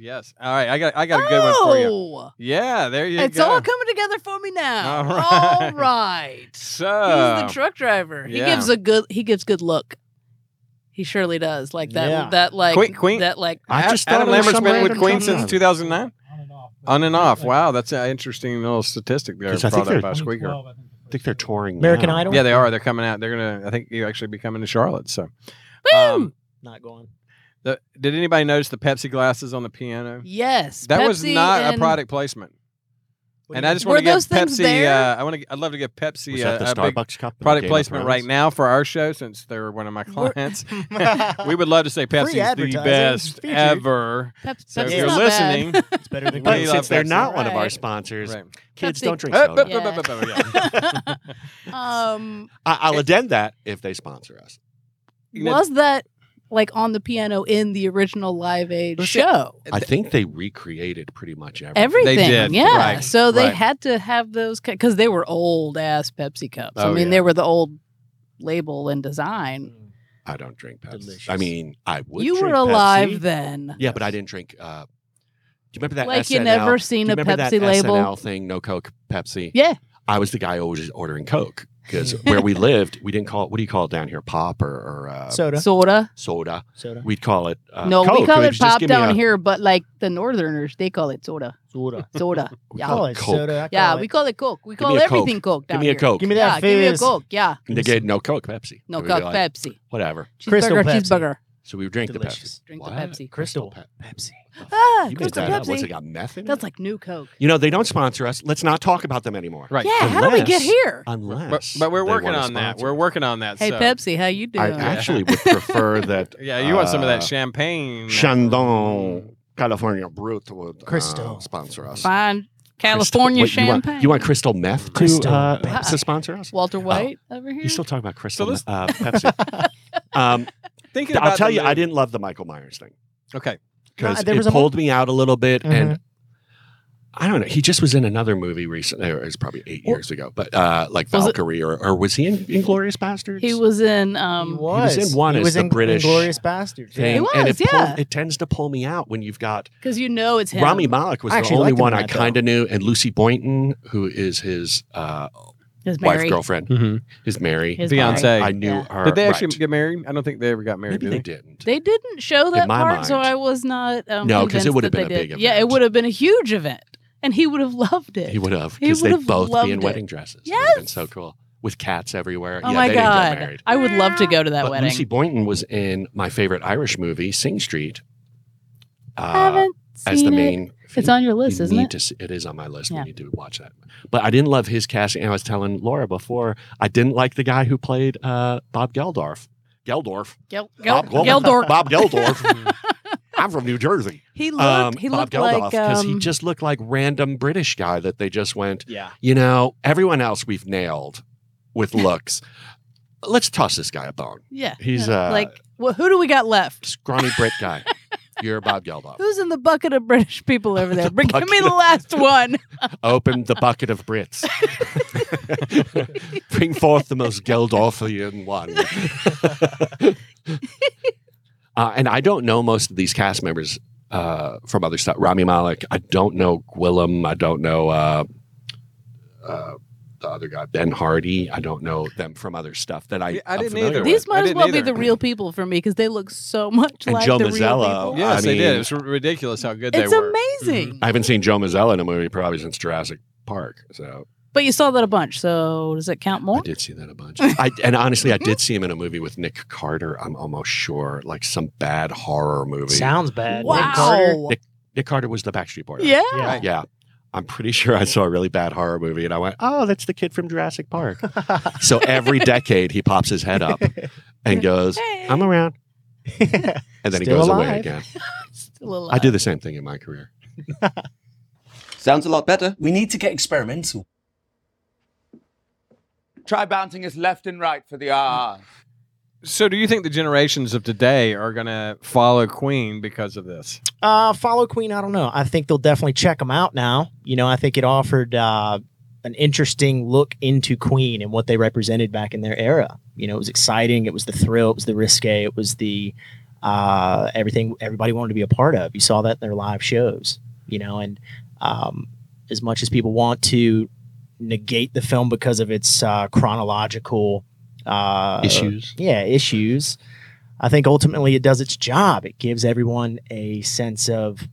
S1: Yes. All right, I got I got a good one for you.
S7: oh,
S1: Yeah, there you
S7: it's
S1: go.
S7: all coming together for me now.
S1: All
S7: All
S1: right. [laughs]
S7: right.
S1: So
S7: He's the truck driver. He
S1: yeah.
S7: gives a good. He gives good look. He surely does. Like that.
S6: Yeah.
S7: That like
S1: Queen- Queen-
S7: That like.
S1: Ad- Adam
S8: thought it was
S1: Lambert's
S8: some
S1: been with
S8: random
S1: Queen
S8: truck
S1: since
S8: driver.
S1: 2009. On and off. Wow, that's an interesting little statistic there
S8: 'Cause I think
S1: brought up
S8: they're-
S1: by Squeaker.
S8: I think they're touring
S6: American
S8: now.
S6: Idol.
S1: Yeah, they are. They're coming out. They're gonna. I think you actually be coming to Charlotte. So,
S7: Woo!
S1: um,
S6: Not going.
S1: the, did anybody notice the Pepsi glasses on the piano?
S7: yes.
S1: That was
S7: Pepsi
S1: not a
S7: and-
S1: product placement.
S6: What do
S1: And
S6: you
S1: I
S6: mean?
S1: just want to
S7: Were
S1: give
S7: those things
S1: Pepsi.
S7: there?
S1: Uh, I want to. I'd love to give Pepsi
S8: Was
S1: uh,
S8: that the
S1: a big
S8: Starbucks cup? in Game
S1: product
S8: of
S1: placement right
S8: Thrones?
S1: now for our show since they're one of my
S7: [laughs]
S1: clients. we would love to say Pepsi is the
S6: advertising.
S1: best
S6: Featured.
S1: ever.
S7: Pep-
S1: So if
S6: Pepsi's
S1: you're
S6: not
S1: listening,
S7: [laughs]
S6: it's better than
S1: But
S8: But
S1: We
S6: Queen.
S1: love
S8: since they're
S1: Pepsi.
S8: not one of our
S7: Right.
S8: sponsors,
S1: right.
S8: kids
S7: Pepsi-
S1: [laughs]
S8: don't drink
S1: Uh,
S8: soda.
S1: bu- bu- bu- bu- bu- yeah.
S7: bad. [laughs] um,
S8: I, I'll addend that if they sponsor us.
S1: You know,
S7: was that like on the piano in the original Live Aid
S1: Was it-
S7: show?
S8: I think they recreated pretty much everything.
S7: Everything,
S1: did,
S7: yeah.
S1: right,
S7: So they
S1: right.
S7: had to have those because they were old ass Pepsi cups. I
S1: Oh,
S7: mean,
S1: yeah.
S7: they were the old label and design.
S8: I don't drink Pepsi.
S6: Delicious.
S8: I mean, I Mm, would.
S7: you were
S8: drink Pepsi.
S7: alive then,
S8: Yeah, but I didn't drink. Uh, do you remember that?
S7: like you
S8: SNL?
S7: never
S8: do
S7: seen
S8: you
S7: a
S8: remember that
S7: Pepsi label.
S8: SNL thing? No Coke, Pepsi.
S7: Yeah.
S8: I was the guy always ordering Coke
S7: [laughs]
S8: because where we lived, we didn't call it. What do you call it down here? Pop or, or uh,
S6: Soda.
S7: Soda.
S8: soda?
S6: Soda.
S8: We'd call it. Uh,
S7: no,
S8: Coke.
S7: we call
S8: They'd
S7: it
S8: just
S7: pop
S8: give me
S7: down
S8: a-
S7: here, but like the Northerners, they call it soda.
S6: Soda.
S8: [laughs]
S7: Soda.
S8: we
S7: Yeah.
S8: call
S6: Call
S8: it
S6: it
S8: Coke.
S6: soda. I
S7: yeah,
S6: call
S7: we
S6: it-
S7: call it Coke. We
S8: Give
S7: call
S8: me a Coke.
S7: everything Coke.
S8: Give
S7: down
S8: me a
S7: here.
S8: Coke.
S6: Give me
S7: Yeah,
S6: that
S7: give me a
S6: fizz.
S7: Coke. Yeah,
S8: They gave no Coke, Pepsi.
S7: no
S8: And we'd be
S7: Coke,
S8: like,
S7: Pepsi,
S8: Whatever.
S6: Crystal
S7: cheeseburger,
S6: Pepsi.
S7: cheeseburger.
S8: So we would drink
S6: Delicious.
S8: the Pepsi.
S7: Drink
S8: What?
S7: the Pepsi.
S6: Crystal
S8: Pep-
S6: Pepsi.
S7: Ah,
S8: You made
S7: Crystal
S8: that up. What's it
S7: Pepsi.
S8: got meth in
S7: That's
S8: it?
S7: like new Coke.
S8: You know, they don't sponsor us. Let's not talk about them anymore.
S1: Right.
S7: Yeah, how do we get
S8: Unless-
S7: here?
S8: Unless.
S1: But, but we're
S8: they
S1: working
S8: wanna
S1: on that.
S8: sponsor
S1: We're
S8: us.
S1: working on that.
S7: Hey
S1: so.
S7: Pepsi, how you doing?
S8: I actually
S1: [laughs]
S8: would prefer that.
S1: Yeah, you want some of that
S8: uh,
S1: champagne?
S8: Shandong California Brut would uh,
S6: Crystal.
S8: sponsor us.
S7: Fine
S8: Crystal-
S7: California
S8: wait, you want-
S7: champagne.
S8: You want, Crystal Meth to,
S6: Crystal
S8: uh,
S6: Pepsi.
S8: to sponsor us?
S7: Walter White over
S6: Hmm.
S7: here?
S8: He's still talking about Crystal
S1: let's-
S8: uh, Pepsi.
S6: [laughs]
S8: um,
S1: Thinking about
S8: I'll tell
S1: the
S8: you, I
S1: movie-
S8: didn't love the Michael Myers thing
S1: Okay.
S8: because
S6: No, Uh, there
S8: it
S6: was a mo- Mm-hmm.
S8: pulled me out a little bit, and I don't know. He just was in another movie recently. Or it was probably eight
S6: Well-
S8: years ago, but uh, like
S7: Was it-
S8: Valkyrie, or, or was he in Inglorious Bastards?
S7: he was in
S6: he
S7: um
S6: was.
S8: in one
S6: He
S8: as
S6: was
S8: the
S6: in
S8: British
S6: Glorious Bastard.
S7: He
S8: Thing, and
S7: was,
S8: it,
S7: yeah.
S8: pulled, it tends to pull me out when you've got
S7: because you know it's him.
S8: Rami Malek was
S6: I
S8: the
S6: actually
S8: only
S6: liked him
S8: one
S6: in
S8: I
S6: that, though.
S8: kind of knew, and Lucy Boynton, who is his uh,
S7: His
S8: wife,
S7: Mary.
S8: girlfriend,
S1: Mm-hmm.
S8: his Mary.
S7: His
S1: Fiance.
S7: Mary.
S8: I knew
S7: Yeah.
S8: her.
S1: Did they actually
S8: right.
S1: get married? I don't think they ever got married.
S8: Maybe
S1: did
S8: they
S1: they?
S8: didn't.
S7: They didn't show that
S8: my
S7: part, so
S8: mind.
S7: I was not. Um,
S8: No, 'cause it
S7: convinced
S8: would've
S7: that
S8: been
S7: they
S8: a big
S7: did. Yeah, it
S8: event.
S7: would have been a huge event, and he would have [laughs] loved it.
S8: He would have
S7: He
S8: because they
S7: would've
S8: both be
S7: loved
S8: in
S7: it.
S8: wedding dresses. It would've been
S7: Yes.
S8: so cool with cats everywhere.
S7: Oh
S8: yeah,
S7: my
S8: they didn't get
S7: god,
S8: married.
S7: I would love to go to that
S8: but
S7: wedding.
S8: Lucy Boynton was in my favorite Irish movie, Sing Street, uh,
S7: I haven't seen
S8: as the
S7: it.
S8: main.
S7: It's on your list,
S8: you
S7: isn't
S8: need
S7: it?
S8: To see, it is on my list.
S7: Yeah.
S8: We need to watch that. But I didn't love his casting. And I was telling Laura before I didn't like the guy who played uh, Bob Geldorf. Geldorf.
S7: Gel- Gel-
S8: Bob
S7: Geldorf. Mm. [laughs]
S8: Bob Geldorf. I'm from New Jersey.
S7: He looked.
S8: Um,
S7: he
S8: Bob
S7: looked
S8: Geldof
S7: like
S8: because
S7: um,
S8: he just looked like random British guy that they just went.
S1: Yeah.
S8: You know, everyone else we've nailed
S7: [laughs]
S8: with looks. Let's toss this guy a bone.
S7: yeah.
S8: He's,
S7: yeah.
S8: uh,
S7: like, well, who do we got left? [laughs]
S8: Scrawny Brit guy. You're Bob Geldof.
S7: Who's in the bucket of British people
S8: [laughs]
S7: over there? Bring, give me
S8: bucket
S7: the
S8: of-
S7: last
S8: [laughs]
S7: one.
S8: Open the bucket
S7: [laughs]
S8: of Brits. Bring forth the most
S7: [laughs]
S8: Geldorfian one. uh, and I don't know most of these cast members uh, from other stuff. Rami Malek. I don't know Gwillem. I don't know uh, uh, the other guy, Ben Hardy. I don't know them from other stuff that I,
S1: Yeah, I
S8: I'm
S1: didn't
S8: familiar
S1: either.
S8: with.
S7: These
S1: I
S7: might as
S1: didn't
S7: well be
S1: either.
S7: the real people for me because they look so much
S8: And
S7: like
S8: Joe
S7: the
S8: Mazzello.
S7: real people.
S1: Yes,
S8: I
S1: they did.
S8: mean-
S1: It was ridiculous how good
S7: It's
S1: they were.
S7: amazing.
S8: Mm-hmm. I haven't seen Joe Mazzella in a movie probably since Jurassic Park. So
S7: But you saw that a bunch, so does it count
S8: I
S7: more?
S8: did see that a bunch. I, and honestly, I did see him in a movie with Nick Carter. I'm almost sure, like some bad horror movie.
S6: Sounds bad. Uh, Nick Carter.
S7: Wow.
S8: Nick Nick Carter was the Backstreet Boy. right?
S7: Yeah.
S6: Yeah.
S8: yeah. I'm pretty sure I saw a really bad horror movie, and I went, "Oh, that's the kid from Jurassic Park."
S7: [laughs]
S8: so every decade, he pops his head up
S6: [laughs]
S8: and goes,
S7: Hey.
S8: "I'm around," and then he
S6: Still
S8: goes away
S6: alive.
S8: again.
S7: Still alive.
S8: I do the same thing in my career.
S3: Sounds a lot better.
S5: We need to get experimental.
S3: Try bouncing us left and right for the ah.
S1: Mm-hmm. So, do you think the generations of today are going to follow Queen because of this?
S6: Uh, follow Queen. I don't know. I think they'll definitely check them out now. You know, I think it offered uh, an interesting look into Queen and what they represented back in their era. You know, it was exciting. It was the thrill. It was the risque. It was the uh, everything everybody wanted to be a part of. You saw that in their live shows. You know, and um, as much as people want to negate the film because of its uh, chronological uh,
S8: Issues.
S6: yeah, issues. I think ultimately it does its job. It gives everyone a sense of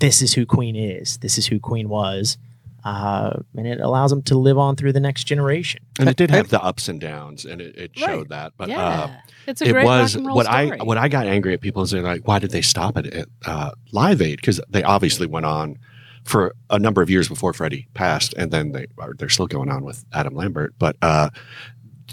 S6: this is who Queen is, this is who Queen was, uh, and it allows them to live on through the next generation.
S8: And it did
S1: I-
S8: have the ups and downs, and it, it showed
S7: Right.
S8: that. But
S7: yeah.
S8: uh,
S7: it's a
S8: it
S7: great
S8: was
S7: rock and roll
S8: what
S7: story.
S8: I what I got angry at people is they're like, why did they stop it at uh, Live Aid? Because they obviously went on for a number of years before Freddie passed, and then they are they're still going on with Adam Lambert, but uh,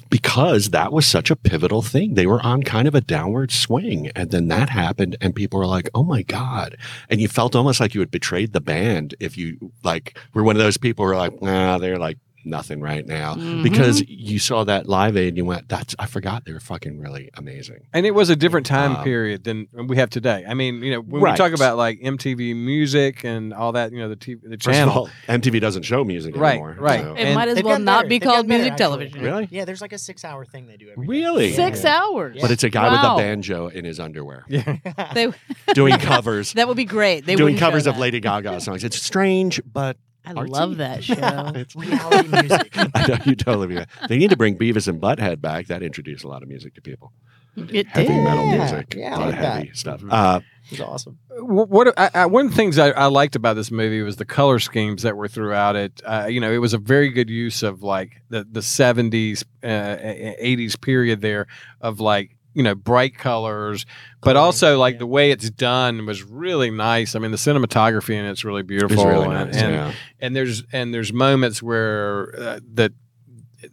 S8: because that was such a pivotal thing, they were on kind of a downward swing, and then that happened, and people were like, oh my god, and you felt almost like you had betrayed the band if you like were one of those people who are like, nah, they're like nothing right now
S7: Mm-hmm.
S8: because you saw that live aid and you went that's i forgot they were fucking really amazing
S1: And it was a different time
S8: Um,
S1: period than we have today. I mean, you know, when we
S8: Right.
S1: talk about like MTV music and all that, you know, the TV, the
S8: First
S1: channel.
S8: of all, MTV doesn't show music
S1: Right,
S8: anymore.
S1: right.
S8: so-
S7: it
S1: and
S7: might as
S6: They've
S7: well
S6: gotten
S7: not
S6: better.
S7: be
S6: They've
S7: called
S6: gotten better,
S7: music
S6: actually.
S7: television.
S8: Really?
S6: Yeah, there's like a six-hour thing they do. Every day.
S8: Really?
S7: Six
S6: Yeah.
S7: hours.
S8: But it's a guy
S7: Wow.
S8: with a banjo in his underwear
S1: [laughs] Yeah.
S6: [laughs]
S7: They, [laughs]
S8: doing covers,
S7: that would be great. They
S8: doing
S7: wouldn't show
S8: covers of
S7: that.
S8: Lady
S7: [laughs]
S8: Gaga songs. It's strange, but
S7: I
S8: artsy.
S7: love
S8: [laughs]
S7: that show.
S8: It's-
S6: Reality music.
S8: [laughs] I know you totally. mean that. They need to bring Beavis and Butthead back. That introduced a lot of music to people.
S7: it
S8: Heavy
S7: did.
S8: metal
S6: Yeah,
S8: music,
S6: yeah, I
S8: a lot of
S6: like that.
S8: heavy stuff. Uh,
S6: It's awesome.
S1: Wh- what I, I, one of the things I, I liked about this movie was the color schemes that were throughout it. Uh, you know, it was a very good use of like the the seventies, uh, eighties period there of like you know bright colors, but
S6: Coloring,
S1: also like
S6: yeah.
S1: the way it's done was really nice. I mean, the cinematography in it's really
S8: it was
S1: beautiful.
S8: really
S1: and-
S8: nice.
S1: and,
S8: yeah.
S1: and there's and there's moments where uh, that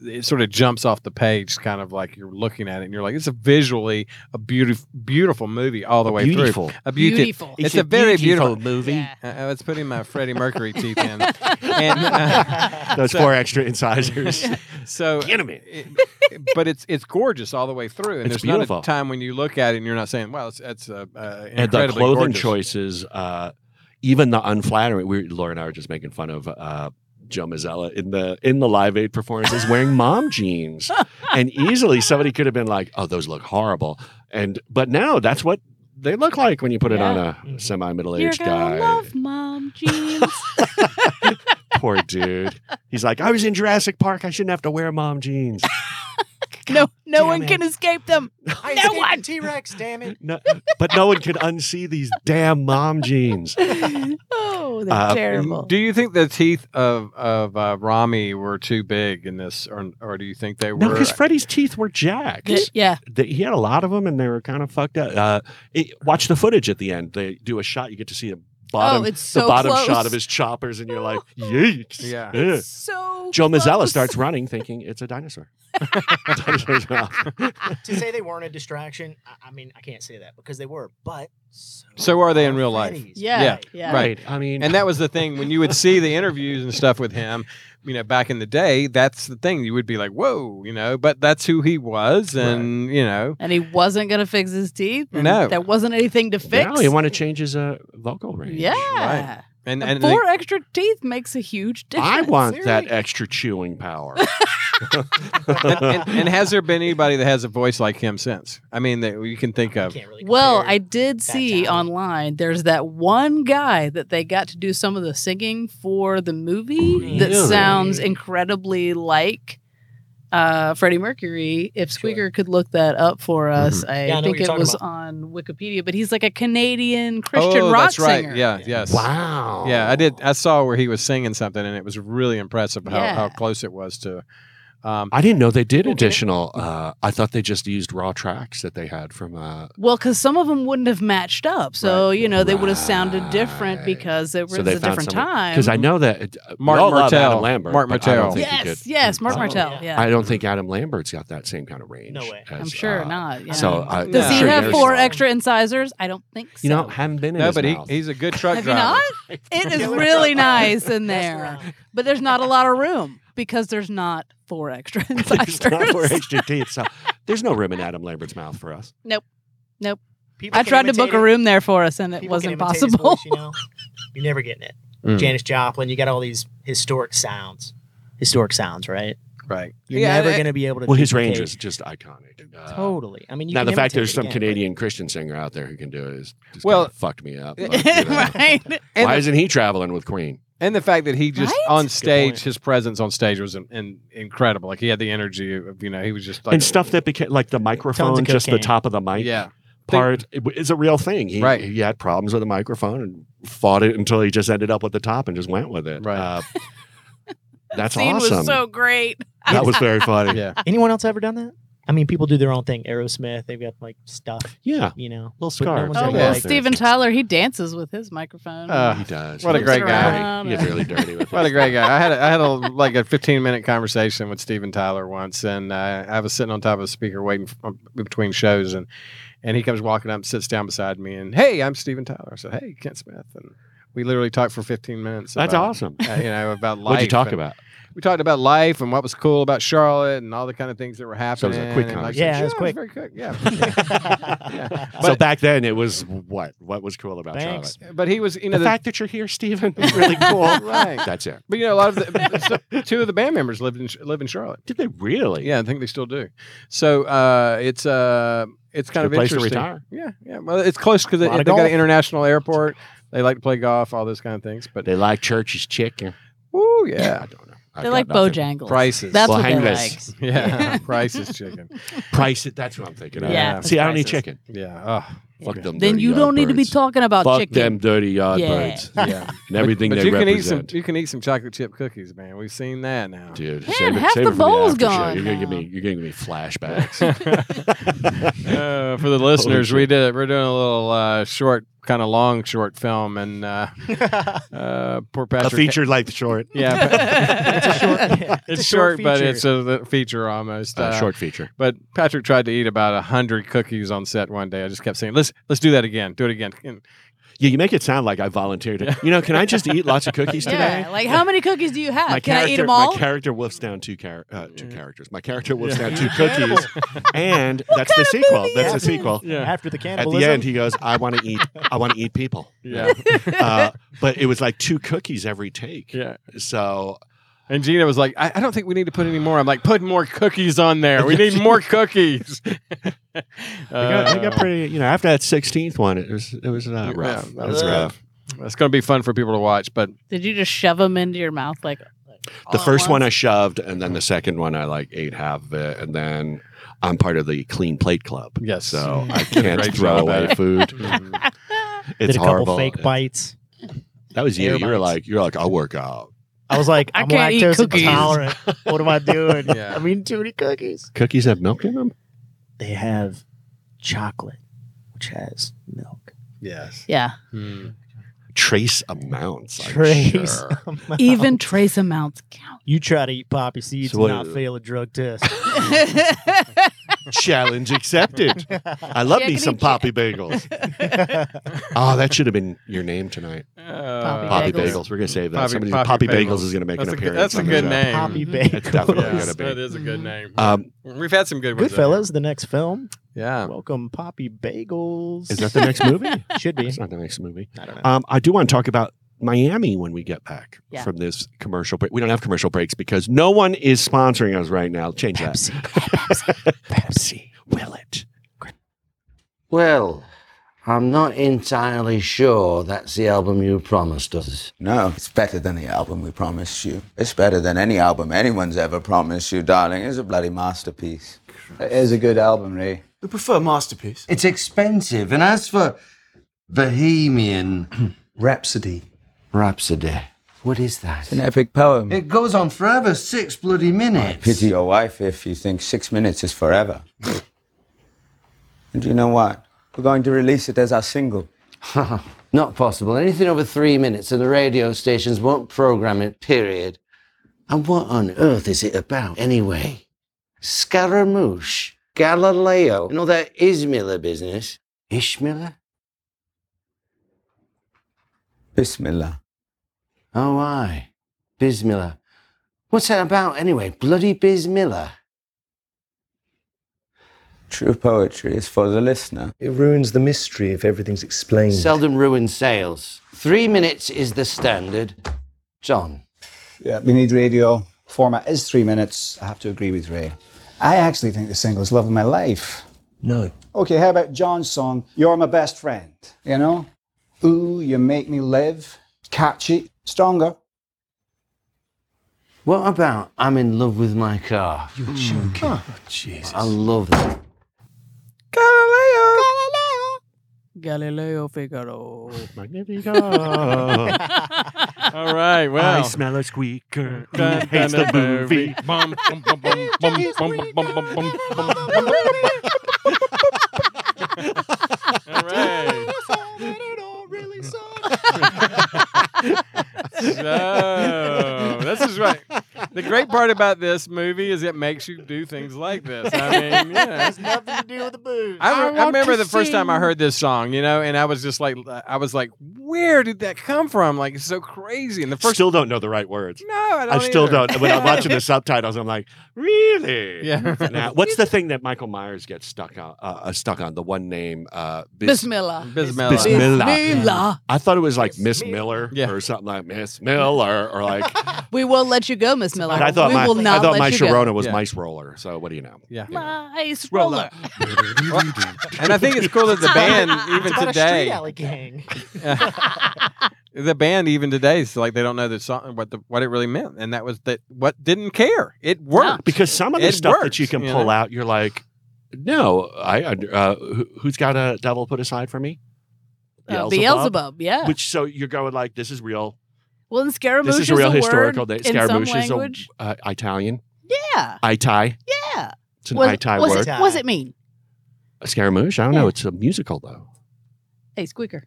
S1: it sort of jumps off the page, kind of like you're looking at it and you're like, it's a visually a beautiful beautiful movie all the way through.
S8: Beautiful.
S1: A beauty.
S7: Beautiful.
S1: It's, a, very beautiful. Uh,
S8: movie.
S7: Yeah.
S1: I, I was putting my Freddie Mercury teeth
S7: [laughs]
S1: in, [laughs] and uh,
S8: Those four
S1: [laughs]
S8: extra incisors.
S1: so.
S8: Get 'em in.
S1: it- but it's it's gorgeous all the way through, and
S8: It's
S1: there's not
S8: beautiful.
S1: a time when you look at it and you're not saying, "Wow, that's, that's uh, uh, incredibly
S8: and the clothing
S1: gorgeous.
S8: choices, uh, even the unflattering. We, Laura and I were just making fun of uh, Joe Mazzella in the in the Live Aid performances wearing mom jeans, and easily somebody could have been like, "Oh, those look horrible," and but now that's what they look like when you put it on a
S6: Mhm.
S8: semi middle
S7: You're
S8: aged
S7: gonna
S8: guy.
S7: love mom jeans.
S8: Poor dude. He's like, "I was in Jurassic Park. I shouldn't have to wear mom jeans."
S7: no, no
S6: damn
S7: one
S6: it.
S7: can escape them.
S6: I
S7: No
S6: escaped the
S7: one.
S6: T-Rex, damn it.
S8: No, but no one could unsee these damn mom jeans.
S7: [laughs] oh, they're
S8: Uh,
S7: terrible.
S1: Do you think the teeth of of uh, Rami were too big in this, or or do you think they
S8: No,
S1: were?
S8: because Freddie's teeth were jacked.
S7: yeah.
S8: they, he had a lot of them and they were kind of fucked up. Uh, it- watch the footage at the end. They do a shot. You get to see the bottom,
S7: Oh, it's
S8: the
S7: so
S8: bottom
S7: close.
S8: shot of his choppers, and
S7: [laughs]
S8: you're like, yikes.
S1: Yeah.
S8: Ugh.
S7: So
S8: Joe Mazzella
S7: close.
S8: starts running, thinking it's
S7: [laughs]
S8: a dinosaur. [laughs] Dinosaur's not.
S6: to say they weren't a distraction, I, I mean, I can't say that because they were, but
S1: So are they in real life.
S6: Freddy's.
S7: Yeah.
S1: Yeah,
S7: Yeah.
S1: right.
S8: I mean,
S1: And that was the thing when you would see the interviews and stuff with him, you know, back in the day, that's the thing. You would be like, whoa, you know, but that's who he was. And, you know,
S7: And he wasn't going to fix his teeth. and
S1: No.
S7: There wasn't anything to fix.
S8: now you want to change his uh, vocal range.
S7: yeah.
S1: Right. and,
S7: And
S1: and
S7: Four extra teeth makes a huge difference. [laughs]
S8: I want that
S7: Seriously.
S8: extra chewing power.
S7: [laughs]
S1: and, and, and has there been anybody that has a voice like him since? I mean, that you can think of.
S6: Can't really
S7: Well,
S6: compare
S7: I did
S6: that
S7: see
S6: talent.
S7: online there's that one guy that they got to do some of the singing for the movie
S6: Oh,
S7: that
S8: Really?
S7: sounds incredibly like uh, Freddie Mercury. If Squeaker could look that up for
S8: Mm-hmm.
S7: us, I
S6: Yeah, I know what
S7: think
S6: you're
S7: it
S6: talking
S7: was
S6: about.
S7: on Wikipedia, but he's like a Canadian Christian
S1: oh,
S7: rock
S1: that's right.
S7: singer.
S1: Yeah. Yes.
S8: wow.
S1: Yeah, I did. I saw where he was singing something, and it was really impressive how,
S7: Yeah.
S1: how close it was to. Um,
S8: I didn't know they did additional. Uh, I thought they just used raw tracks that they had from. Uh,
S7: Well, because some of them wouldn't have matched up, so you know they would have sounded different
S8: Right.
S7: because it was
S8: so
S7: a
S8: they found
S7: different
S8: someone-
S7: time.
S8: Because I know that it-
S1: Mark
S8: we all love
S1: Martell.
S8: Adam Lambert,
S1: Mark
S8: but I don't
S1: Martell.
S8: think he
S7: yes,
S8: could-
S7: yes, Mark
S6: Oh,
S7: Martel.
S6: yeah.
S7: Yeah,
S8: I don't think Adam Lambert's got that same kind of range.
S6: No way.
S7: I'm
S8: as,
S7: sure
S8: uh,
S7: not. Yeah.
S8: So I,
S7: Does
S8: I'm
S7: he
S8: sure
S7: have
S8: there's-
S7: four extra incisors? I don't think so.
S8: You know, haven't been in
S1: no,
S8: his
S1: but he,
S7: [laughs]
S8: mouth.
S1: he's a good truck
S7: have you
S1: driver.
S7: not? [laughs] It
S8: [laughs]
S7: is really nice in there, but there's not a lot of room because there's not four extra [laughs]
S8: There's not four
S7: incisors.
S8: extra teeth. So there's no room in Adam Lambert's mouth for us.
S6: People
S7: I
S6: can
S7: tright to book
S6: imitate
S7: a
S6: it.
S7: room there for us, and it
S6: People can
S7: wasn't
S6: imitate his
S7: possible. [laughs]
S6: voice, you know? You're never getting it.
S1: Mm.
S6: Janis Joplin, you got all these historic sounds. Historic sounds, right?
S1: Right.
S6: You're
S1: Yeah,
S6: never
S1: and-
S6: going to be able to.
S8: Well, his range
S6: duplicate-
S8: is just iconic. Uh,
S6: totally. I mean, you
S8: now
S6: can
S8: the
S6: imitate
S8: fact there's
S6: it
S8: some
S6: again, but-
S8: Canadian Christian singer out there who can do it is just
S1: Well-
S8: kinda fucked me
S7: [laughs]
S8: up. but, you know.
S7: right?
S8: Why
S1: And, the,
S8: isn't he traveling with Queen?
S1: and the fact that he just
S7: Right?
S1: on
S6: point.
S1: stage, his presence on stage was in, in, incredible. Like he had the energy of you know he was just like
S8: and stuff that became like the microphone, just the
S6: cocaine.
S8: top of the mic [laughs]
S1: yeah
S8: part it w- is a real thing. He,
S1: Right.
S8: he had problems with the microphone and fought it until he just ended up with the top and just went with it.
S1: Right. [laughs]
S8: Uh, that's
S7: Scene
S8: awesome.
S7: was so great.
S8: that was
S7: [laughs]
S8: very funny.
S1: yeah.
S6: Anyone else ever done that? I mean, people do their own thing. Aerosmith, they've got like stuff,
S8: Yeah.
S6: you know,
S8: Little
S6: But no
S8: scarves.
S6: one's
S7: Oh
S6: ever,
S1: Yeah.
S7: well,
S6: like,
S7: Steven Tyler he dances with his microphone.
S1: Uh,
S8: He does.
S1: What a
S8: He
S1: great
S8: gets
S1: guy.
S7: Um,
S8: dirty. He gets
S7: [laughs]
S8: really dirty with
S1: What a
S8: it.
S1: great guy! I had a, I had a like a 15 minute conversation with Steven Tyler once, and uh, I was sitting on top of the speaker waiting f- um, between shows, and and he comes walking up, and sits down beside me, and hey, I'm Steven Tyler. I said, hey, Kent Smith, and we literally talked for 15 minutes.
S8: That's
S1: about,
S8: awesome.
S1: uh, you know about life.
S8: [laughs] What'd you talk
S1: and-
S8: about?
S1: We talked about life and what was cool about Charlotte and all the kind of things that were
S8: So
S1: happening.
S8: it was a quick
S1: and, like,
S6: conversation. Yeah, it was quick.
S1: very quick. Yeah.
S6: [laughs]
S8: so
S1: But-
S8: back then it was what? What was cool about
S6: Thanks.
S8: Charlotte?
S1: but he was, you know,
S8: the, fact that you're here, Steven, is
S1: [laughs]
S8: really cool.
S1: Right.
S8: That's it.
S1: But you know, a lot of
S8: [laughs]
S1: the, so- two of the band members lived in live in Charlotte.
S8: Did they really?
S1: Yeah, I think they still do. So uh, it's uh, it's kind
S8: Good
S1: of
S8: place to
S1: interesting.
S8: retire.
S1: Yeah, yeah. Well, it's close because they,
S6: Lot
S1: they
S6: of
S1: got an
S6: golf.
S1: international airport. They like to play golf, all those kind of things. But
S8: They like church's chicken.
S1: oh
S8: I [laughs]
S1: yeah,
S8: don't know.
S7: they like Bojangles.
S1: prices.
S7: That's what they like.
S1: [laughs]
S8: Bojangles.
S1: yeah,
S8: [laughs]
S1: prices chicken.
S8: Price it. That's what I'm thinking of.
S1: Yeah,
S8: See, I don't need
S6: prices.
S8: chicken. [laughs]
S1: Yeah. Oh.
S8: Fuck them.
S7: Then
S8: dirty
S7: you
S8: yard
S7: don't need to be
S8: birds.
S7: talking about
S8: Fuck
S7: chicken.
S8: them dirty yard
S7: Yeah. [laughs]
S8: birds
S1: Yeah,
S8: and everything
S1: but
S8: they
S1: you can eat some.
S8: represent.
S1: You can eat some chocolate chip cookies, man. We've seen that now. [laughs]
S8: Dude,
S7: Man,
S8: save it,
S7: half
S8: save
S7: the
S8: it for the
S7: bowl's
S8: after show.
S7: gone
S8: You're gonna give
S7: now.
S8: me. You're gonna give me [laughs] flashbacks.
S1: uh, for
S8: [laughs]
S1: the listeners, we did we're doing a little uh, short, kind of long short film, and uh, [laughs] uh, poor
S8: a
S1: Pastor. Ca-
S8: feature like the short.
S1: yeah,
S6: [laughs] it's
S1: [laughs]
S6: a short,
S1: it's,
S6: it's a
S1: short, but
S6: feature.
S1: it's a li- feature almost.
S8: Uh,
S1: uh,
S8: short feature.
S1: But Patrick tried to eat about a hundred cookies on set one day. I just kept saying, "Let's let's do that again. Do it again." And
S8: Yeah, you make it sound like I volunteered. it. You know, can I just eat lots of cookies
S7: [laughs]
S8: today?
S7: Yeah, like how many cookies do you have?
S8: my
S7: Can I
S8: character,
S7: eat them all?
S8: my character wolfs down two char- uh, two characters. My character wolfs down two cookies, and that's the sequel.
S7: movie
S8: That's the
S6: is this?
S8: sequel.
S1: yeah,
S6: After the
S8: At
S6: cannibalism,
S8: the end, he goes, "I want to eat. I want to
S7: [laughs]
S8: eat people."
S1: yeah,
S8: Uh, but it was like two cookies every take.
S1: yeah.
S8: So
S1: [laughs] And Gina was like, I, "I don't think we need to put any more." I'm like, "Put more cookies on there. We need more cookies." [laughs]
S8: I got, I
S1: Uh,
S8: got pretty. You know, after that sixteenth one, it was it was uh, rough.
S1: Yeah,
S8: It
S1: that
S8: was
S1: was
S8: rough.
S1: It's going to be fun for people to watch,
S8: [laughs]
S1: but
S7: Did you just shove them into your mouth like?
S8: The first one I shoved, and then the second one I like ate half of it, and then I'm part of the clean plate club.
S1: Yes.
S8: so
S1: [laughs]
S8: I
S1: Great
S8: can't
S1: job
S8: throw
S1: at [laughs]
S8: away
S1: it.
S8: food.
S6: did
S7: [laughs]
S8: It's
S6: a couple
S8: horrible.
S6: fake bites.
S8: That was you.
S6: Air
S8: You were
S6: bites.
S8: like, you're like, I'll work out.
S6: I was like,
S7: I
S6: I'm
S7: can't eat
S6: lactose
S7: cookies.
S6: intolerant. What am I doing?
S8: [laughs]
S1: Yeah.
S6: I'm eating too many cookies.
S8: Cookies have milk in them.
S6: They have chocolate, which has milk.
S1: yes.
S7: Yeah,
S8: Mm-hmm. Trace amounts. I'm
S6: Trace
S8: sure.
S6: amount.
S7: even [laughs] trace [laughs] amounts count.
S6: you try to eat poppy seeds [laughs]
S8: So what-
S6: and not fail a drug test.
S8: Challenge accepted. I love me some
S7: Jackety
S8: Poppy Bagels. oh, that should have been your name
S1: [laughs]
S8: tonight.
S1: Uh,
S8: Poppy
S7: Bagels.
S8: Bagels. We're gonna save that.
S1: Poppy-
S8: Somebody,
S1: Poppy
S8: Poppy, Bagels.
S1: Bagels.
S8: is gonna make
S1: That's
S8: an
S1: a good-
S8: appearance.
S1: that's a
S8: on the
S1: good
S8: show.
S1: name.
S6: Poppy
S7: Mhm.
S6: Bagels. Mm-hmm.
S8: It's definitely
S1: Yes,
S8: gotta be.
S1: that is a good name.
S8: Um,
S1: We've had some good ones. in
S6: Goodfellas, the next film.
S1: here. Yeah.
S6: Welcome, Poppy Bagels.
S8: is
S6: [laughs]
S8: that the [laughs] next movie?
S6: should be?
S8: It's not the next movie.
S6: I don't [laughs] know.
S8: Um, I do want to talk about Miami when we get back
S7: Yeah.
S8: from this commercial break. We don't have commercial breaks because no one is sponsoring us right now. Change that.
S6: Pepsi. Pepsi.
S8: Pepsi. Will it?
S9: Well, I'm not entirely sure that's the album you promised us.
S3: No, it's better than the album we promised you. It's better than any album anyone's ever promised you, darling. It's a bloody masterpiece. It is a good album, Ray.
S5: We prefer masterpiece.
S9: It's expensive, and as for Bohemian
S5: [clears throat] Rhapsody.
S9: Rhapsody, what is that?
S3: An epic poem.
S9: It goes on forever, six bloody minutes.
S3: Pity your wife if you think six minutes is forever. and you know what? We're going to release it as our single.
S9: [laughs] Not possible. Anything over three minutes, and the radio stations won't program it, period. And what on earth is it about, anyway? Scaramouche, Galileo, and all that Ismiller business. Ishmiller?
S3: Bismillah.
S9: Oh, aye. Bismillah. What's that about, anyway? Bloody Bismillah.
S3: True poetry is for the listener.
S5: It ruins the mystery if everything's explained.
S9: Seldom ruins sales. Three minutes is the standard. John.
S10: Yeah, we need radio. Format is three minutes. I have to agree with Ray. I actually think the single is Love of My Life.
S5: No.
S10: Okay, how about John's song, You're My Best Friend? You know? Ooh, you make me live. Catchy. Stronger.
S9: What about I'm in love with my car? Hmm.
S5: You're joking. Oh, Jesus.
S9: I love that.
S7: Galileo Figaro.
S8: [laughs]
S1: All right. Well.
S8: smell a squeaker.
S1: Dun,
S8: Hates
S1: dun,
S8: the
S1: dun,
S8: movie.
S1: bum, bum, bum,
S6: [laughs]
S1: bum, bum, bum, bum, bum, bum, bum. All right. [laughs] So this is right. The great part about this movie is it makes you do things like this. I mean,
S6: [laughs]
S1: yeah.
S6: nothing to do with the booze.
S1: I, re- I remember the first time I heard this song, you know, and I was just like, I was like, where did that come from? Like, it's so crazy. And the first,
S8: [laughs] Still don't know the right words.
S1: no, I don't.
S8: I still
S1: either.
S8: don't.
S1: [laughs]
S8: When I'm watching the subtitles, I'm like, really? [laughs]
S1: Yeah.
S8: Now, what's the thing that Michael Myers gets stuck on? Uh, uh, stuck on the one name, uh, Bis-
S7: Bismillah.
S1: Bismillah.
S8: Bismillah.
S7: Bismillah.
S8: I thought it was like Miss Miller
S1: Yeah.
S8: or something like Miss Miller or like.
S7: We will let you go, Miss Miller.
S8: and I thought
S7: we
S8: my
S7: will not
S8: I thought
S7: let
S8: my
S7: you
S8: Sharona was
S1: Yeah.
S8: mice roller. So what do you know?
S1: Yeah.
S7: go. Mice
S8: Roller.
S7: roller.
S1: And I think it's cool
S6: [laughs]
S1: that the band even
S6: About a street
S1: today,
S6: alley gang.
S1: [laughs] the band even today, is like they don't know the song, what the what it really meant, and that was that what didn't care. It worked.
S8: Because some of the
S1: It
S8: stuff that
S1: works,
S8: you can
S1: you
S8: pull
S1: know?
S8: out, you're like, no, I uh, who, who's got a devil put aside for me?
S7: Uh, Beelzebub, yeah.
S8: Which so you're going like this is real.
S7: well, and Scaramouche
S8: this is a real
S7: a
S8: historical
S7: word
S8: day.
S7: in some
S8: Scaramouche is a,
S7: language.
S8: uh, Italian.
S7: yeah,
S8: Itai.
S7: yeah.
S8: It's an
S7: Was-
S8: Itai
S7: was
S8: word.
S7: It, was it mean?
S8: Scaramouche. I don't
S7: Yeah.
S8: know. It's a musical though.
S7: Hey, Squeaker.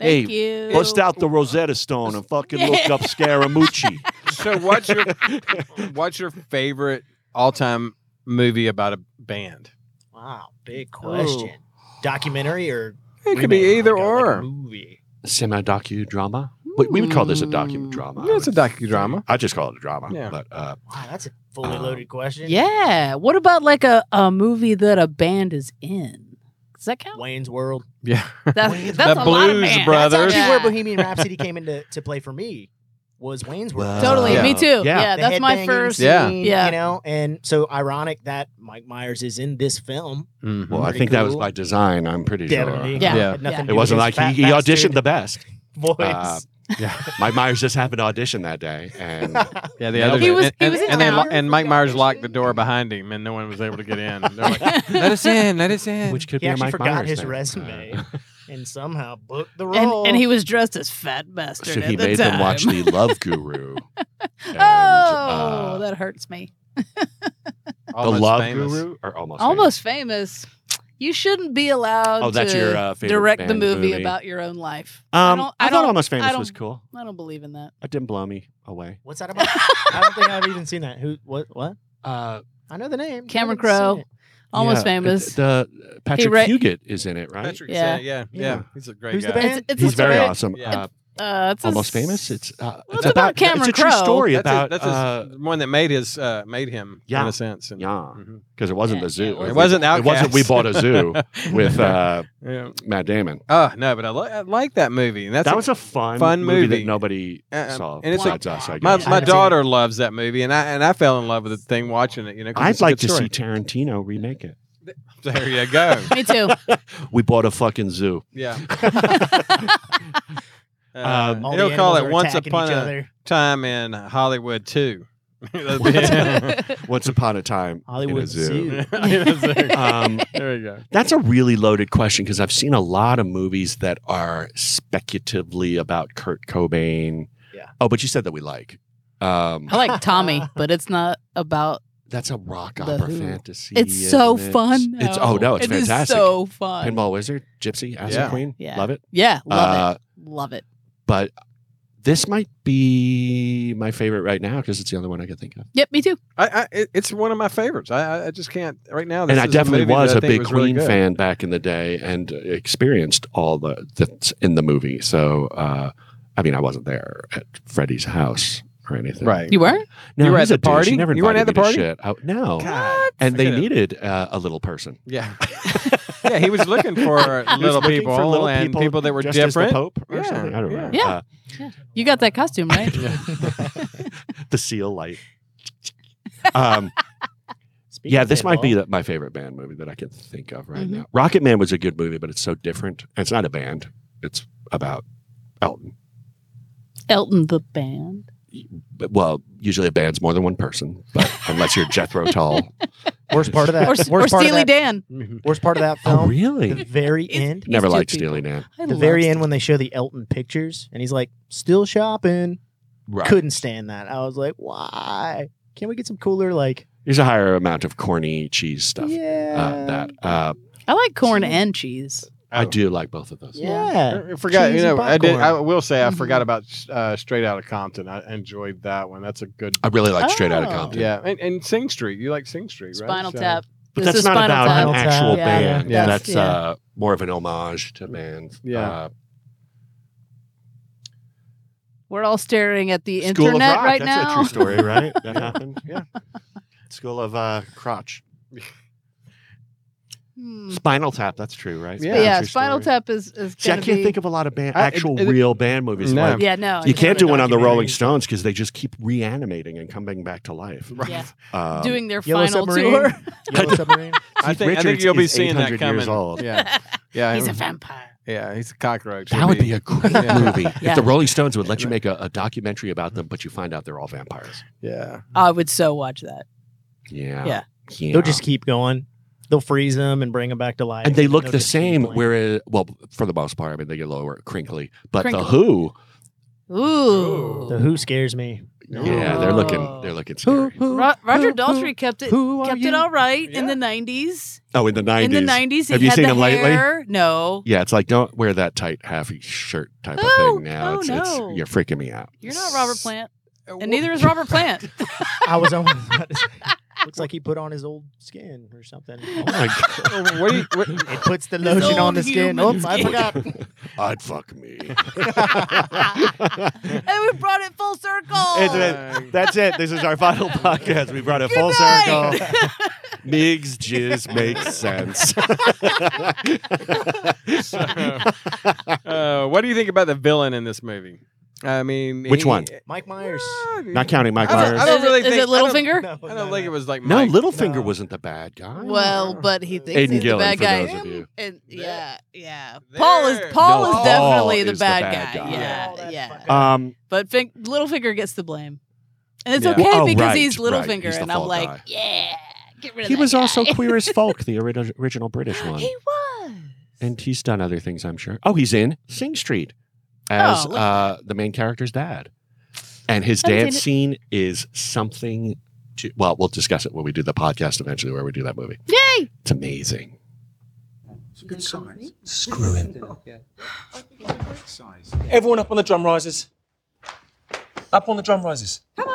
S8: Hey,
S7: Thank you.
S8: Bust out the Rosetta Stone and fucking look [laughs] up Scaramouche.
S1: [laughs] So what's
S7: [laughs]
S1: your what's your favorite all time movie about a band?
S6: Wow, big question. Documentary or
S1: It could
S6: remake,
S1: be either
S6: like a- like a
S1: or.
S6: movie.
S8: Semi docudrama. We, we would call this a
S7: Mm.
S8: docudrama.
S1: Yeah, it's a docudrama.
S8: I just call it a drama.
S1: Yeah.
S8: But uh,
S6: Wow, that's a fully
S8: Um,
S6: loaded question.
S7: Yeah. What about like a, a movie that a band is in? Does that count?
S6: Wayne's World.
S1: Yeah. [laughs]
S7: That's,
S6: Wayne's-
S7: that's a
S1: That
S7: lot of
S1: Blues
S7: bands.
S1: Brothers.
S6: That's actually
S7: Yeah.
S6: where Bohemian Rhapsody came into to play for me. Was Wayne's World.
S7: Totally.
S1: Yeah.
S7: Me too. Yeah.
S6: The
S7: that's my
S6: headbanging
S7: first.
S1: Yeah.
S6: scene,
S7: Yeah.
S6: You know, and so ironic that Mike Myers is in this film.
S1: Mhm.
S8: well, I
S6: Pretty
S8: think that was
S6: cool.
S8: by design. I'm pretty sure.
S7: Yeah.
S1: Yeah.
S6: Had nothing
S7: Yeah.
S6: to
S8: It
S6: do
S8: wasn't like
S6: with
S8: he,
S6: his
S8: he
S6: fat
S8: auditioned the
S6: bastard
S8: best.
S6: voice.
S8: uh, Mike Myers just happened to audition that day,
S6: [laughs]
S8: and
S1: Yeah, the
S8: Nailed
S1: other
S8: it. He
S7: was-
S1: and,
S7: he was
S1: and,
S7: in
S1: and, they
S7: town.
S1: lo- and Mike Myers locked the door behind him, and no one was able to get in. They're
S7: [laughs]
S1: like, let us in, let us in.
S8: which could
S6: he
S8: be a
S6: actually
S8: Mike
S6: forgot
S8: Myers
S6: his
S8: thing.
S6: resume
S8: Uh,
S6: and somehow booked the
S7: And,
S6: role.
S7: and he was dressed as fat bastard.
S8: [laughs] so
S7: at
S8: he
S7: the
S8: made
S7: time.
S8: them
S7: [laughs]
S8: watch the Love Guru. and,
S7: Oh,
S8: uh,
S7: that hurts me.
S8: the
S1: Almost
S8: Love
S1: famous.
S8: Guru or almost
S7: Almost famous. You shouldn't be allowed
S8: Oh, that's
S7: to
S8: your, uh, favorite
S7: direct the
S8: band
S7: movie,
S8: movie.
S7: about your own life.
S8: Famous? Um, I,
S7: don't- I
S8: thought
S7: don't-
S8: Almost
S7: I
S8: Famous was
S7: don't-
S8: cool.
S7: I don't believe in
S8: [laughs]
S7: that.
S8: It didn't blow me away.
S6: What's that about? I don't think I've even seen that. Who? What? What?
S8: Uh,
S6: I know the name. but I
S7: Cameron
S6: haven't seen
S7: Crowe.
S6: it.
S7: Almost
S8: Yeah,
S7: famous.
S8: The Patrick
S7: wrote-
S8: Fugit is in it, right?
S1: Patrick yeah.
S7: Yeah.
S1: yeah, yeah,
S8: Yeah.
S1: He's a great
S6: Who's
S1: guy.
S6: the band?
S7: It's-
S8: He's very
S7: about-
S8: awesome.
S1: Yeah.
S8: Uh,
S7: Uh, it's a
S8: almost
S7: s-
S8: famous. It's uh,
S7: Well, it's about Cameron
S8: It's a true
S7: Crowe.
S8: story
S1: That's,
S8: about
S1: his, that's his,
S8: uh,
S1: the one that made his uh, made him in
S8: Yeah.
S1: a sense. And,
S8: yeah,
S1: Mhm.
S8: because it wasn't
S7: Yeah,
S8: the zoo.
S7: it
S8: Or
S1: It
S8: we-
S1: wasn't
S8: It wasn't. We bought a
S1: [laughs]
S8: zoo with uh,
S1: yeah.
S8: Matt Damon.
S1: Oh no, but I, li- I like that movie. And that's
S8: that
S1: a-
S8: was a fun,
S1: fun movie.
S8: that nobody
S1: Uh, um,
S8: saw
S1: and it's a-
S8: besides us. I
S1: my
S8: guess.
S1: my
S6: I'd say-
S1: daughter loves that movie, and I and I fell in love with the thing watching it. You know, 'cause it's
S8: I'd
S1: a
S8: like
S1: good
S8: to see
S1: story.
S8: Tarantino remake it.
S1: [laughs] There you go.
S7: Me too. [laughs]
S8: We bought a fucking zoo. [laughs]
S1: Yeah. Uh,
S8: Um,
S6: All the
S1: he'll call
S6: animals
S1: it
S6: are
S1: Once
S6: attacking
S1: Upon
S6: each
S1: a
S6: other.
S1: Time in Hollywood [laughs]
S8: [laughs]
S1: 2.
S8: Once upon a time, in a
S6: Hollywood
S8: zoo. [laughs]
S6: Zoo.
S8: um,
S1: there you go.
S8: That's a really loaded question because I've seen a lot of movies that are speculatively about Kurt Cobain.
S6: Yeah.
S8: Oh, but you said that we like. Um,
S7: I like Tommy, but it's not about.
S8: that's a rock
S7: The
S8: opera
S7: Who.
S8: fantasy.
S7: It's so
S8: isn't it?
S7: fun.
S8: uh, It's oh no, it's
S7: It is
S8: fantastic.
S7: so fun.
S8: Pinball Wizard, Gypsy, Acid
S1: Yeah.
S8: Queen,
S7: Yeah.
S8: love it.
S7: Yeah, love
S8: Uh,
S7: it. Love it.
S8: But this might be my favorite right now because it's the only one I can think of.
S7: Yep, me too.
S1: I, I, it- it's one of my favorites. I, I- I just can't right now. This
S8: and I
S1: is a
S8: definitely
S1: movie that
S8: was
S1: I
S8: a
S1: think
S8: big
S1: was really
S8: Queen
S1: good.
S8: fan back in the day and uh, experienced all the that's in the movie. So, uh, I mean, I wasn't there at Freddie's house or anything.
S1: Right.
S7: You were?
S8: No,
S1: You were at
S8: he's
S1: the
S8: a douche. He
S1: party?
S8: never
S1: You weren't
S8: invited
S1: at the
S8: me to
S1: party?
S8: shit. I- no.
S1: God.
S8: And they
S1: Forget it.
S8: needed uh, a little person. [laughs]
S1: Yeah. [laughs] yeah, he was looking for
S8: He was
S1: little
S8: looking
S1: people
S8: for little
S1: and people, that were
S8: dressed as the
S1: different.
S8: Pope or
S1: Yeah,
S8: something. Uh, I don't
S1: yeah.
S8: remember.
S7: Yeah. You got that costume, right?
S8: [laughs] Uh, the seal [laughs] light. Um,
S6: [laughs] Speaking
S8: yeah,
S6: of
S8: this might be
S6: pinball,
S8: the, my favorite band movie that I can think of right
S7: Mhm.
S8: now. Rocket Man was a good movie, but it's so different. And it's not a band. It's about Elton.
S7: Elton the band.
S8: But, well, usually a band's more than one person,
S7: [laughs]
S8: but unless you're Jethro Tull. Oh,
S6: worst part of that.
S7: Or,
S6: worst
S7: or
S6: part of
S7: Steely
S6: that,
S7: Dan.
S6: Worst part of that film.
S8: oh,
S6: The
S8: [laughs] really?
S6: very
S7: It's-
S6: end.
S8: Never
S7: two
S8: liked
S7: people.
S8: Steely Dan.
S7: I
S6: The
S7: love
S6: very
S7: Ste-
S6: end when they show the Elton pictures, and he's like, "Still shopping."
S8: Right.
S6: Couldn't stand that. I was like, "Why? Can we get some cooler?" Like,
S8: There's a higher amount of corny cheese stuff.
S6: yeah,
S8: Uh, that uh,
S7: I like corn and cheese.
S8: I do like both of those.
S6: yeah.
S1: I forgot. You
S6: Cheesy
S1: know, I did. I
S6: popcorn.
S1: will say I
S7: Mhm.
S8: Mm-hmm.
S1: forgot about uh, Straight Outta Compton. I enjoyed that one. That's a good.
S8: I really like Straight Outta
S7: Oh.
S8: Compton.
S1: Yeah, and, and Sing Street. You like Sing Street, right?
S7: Spinal
S1: So-
S7: Tap.
S8: But
S7: This
S8: that's
S7: is
S8: not
S7: Spinal
S8: about
S7: Tap.
S8: an
S6: Spinal
S8: actual
S6: Tap.
S7: Yeah,
S8: band.
S1: yeah.
S8: That's
S7: Yeah.
S8: uh, more of an homage to band.
S1: Yeah.
S8: Uh,
S7: We're all staring at the
S8: School of
S7: internet
S8: Rock.
S7: right
S8: that's
S7: now.
S8: a true story, right?
S7: [laughs]
S8: That happened. Yeah.
S1: [laughs]
S8: School of uh, Crotch.
S7: Hmm.
S8: Spinal Tap. That's true, right?
S1: Yeah.
S7: But yeah,
S8: True
S7: Spinal
S8: Story.
S7: Tap is is
S8: See, I
S7: gonna
S8: can't
S7: be.
S8: think of a lot of band,
S1: I- it-
S8: actual
S1: it-
S8: real band movies.
S1: No.
S8: Like,
S7: yeah, no, I
S8: you
S7: don't
S8: can't
S7: know.
S8: do one on the
S6: documentary.
S8: Rolling Stones because they just keep reanimating and coming back to life.
S1: [laughs] Right.
S7: Yeah.
S8: Um,
S7: doing their
S6: Yellow
S7: final [laughs]
S6: Submarine.
S7: tour.
S8: [laughs]
S6: Yellow Submarine.
S1: I
S8: Keith
S1: think, I think
S8: Richards
S1: you'll be
S8: is
S1: seeing that
S8: 800 years
S1: coming.
S8: old.
S1: Yeah,
S7: [laughs]
S1: yeah,
S7: He's a vampire.
S1: yeah. He's a cockroach.
S8: That
S1: He'll
S8: would be a great
S1: Yeah.
S8: movie.
S7: Yeah.
S8: If the Rolling Stones would let you make a, a documentary about them, but you find out they're all vampires.
S1: yeah.
S7: I would so watch that.
S8: Yeah.
S7: Yeah.
S8: Yeah.
S6: They'll just keep going. They'll freeze them and bring them back to life.
S8: and they look
S6: they'll
S8: the
S6: just keep
S8: same.
S6: playing.
S8: Whereas, well, for the most part, I mean, they get lower, crinkly. But
S7: Crinkly.
S8: the Who,
S7: Ooh.
S6: the Who scares me.
S8: yeah, they're
S7: Oh.
S8: looking, they're looking scary.
S7: Ro- Roger Daltrey kept it
S6: who are
S7: kept
S6: you?
S7: it all right in
S1: Yeah.
S7: the nineties.
S8: Oh, in the nineties.
S7: In the nineties,
S8: Have
S7: he
S8: you
S7: had
S8: seen
S7: the
S8: him lately?
S7: hair. No,
S8: Yeah, it's like don't wear that tight half shirt type
S7: Oh,
S8: of thing now.
S7: oh,
S8: it's,
S7: no.
S8: it's you're freaking me out.
S7: you're not Robert Plant, and neither is
S1: [laughs]
S7: Robert Plant. [laughs]
S6: I was almost about to say. [laughs] Looks like he put on his old skin or something.
S8: [laughs] Oh
S7: [laughs]
S8: my God.
S1: Oh, [laughs] what do you, what,
S6: It puts the lotion on
S7: old
S6: the skin.
S7: human
S6: Oops, I
S7: skin.
S6: forgot.
S8: I'd fuck
S7: [laughs]
S8: me. [laughs]
S7: and we brought it full circle.
S8: It's a- that's it. This is our final podcast. We brought it full
S7: night.
S8: circle. [laughs] Migs jizz
S7: [laughs]
S8: makes sense. [laughs]
S1: uh, what do you think about the villain in this movie? I mean,
S8: Which
S1: he-
S8: one?
S6: Mike Myers.
S8: Not counting Mike
S1: I don't, I
S8: Myers.
S1: don't
S7: Is it-
S1: really
S7: is
S1: think
S7: it Littlefinger?
S1: I
S6: No,
S1: don't, I
S6: no,
S1: don't think
S6: no.
S1: it was like
S8: No,
S1: Mike.
S8: Littlefinger
S6: No.
S8: wasn't the bad guy.
S7: Well, but he thinks
S8: Aiden
S7: he's
S8: Gillen,
S7: the bad
S8: for
S7: guy.
S8: those of you.
S7: And yeah, yeah.
S1: There-
S7: Paul is Paul
S8: No,
S7: is
S8: Paul
S7: definitely the,
S8: is the
S7: bad
S8: bad
S7: guy.
S8: guy.
S6: Oh,
S7: Yeah,
S6: that
S7: yeah.
S6: fucker.
S8: um,
S7: But fin- Littlefinger gets the blame, and it's
S1: Yeah.
S7: okay
S8: Well, oh,
S7: because
S8: right,
S7: he's
S8: right.
S7: Littlefinger,
S8: He's the
S7: and I'm
S8: fall
S7: like,
S8: guy.
S7: yeah, get rid of
S8: he
S7: that
S8: was also
S7: guy.
S8: queer as folk, the ori- original British
S7: [laughs]
S8: one,
S7: He was.
S8: and he's done other things, I'm sure. Oh, he's in Sing Street as
S7: Oh, look.
S8: uh, the main character's dad, and his
S7: Haven't
S8: dance scene is something. To, well, we'll discuss it when we do the podcast eventually, where we do that movie.
S7: Yay!
S8: It's amazing.
S5: Good size. Screw him.
S11: Everyone up on the drum risers. Up on the drum risers. Come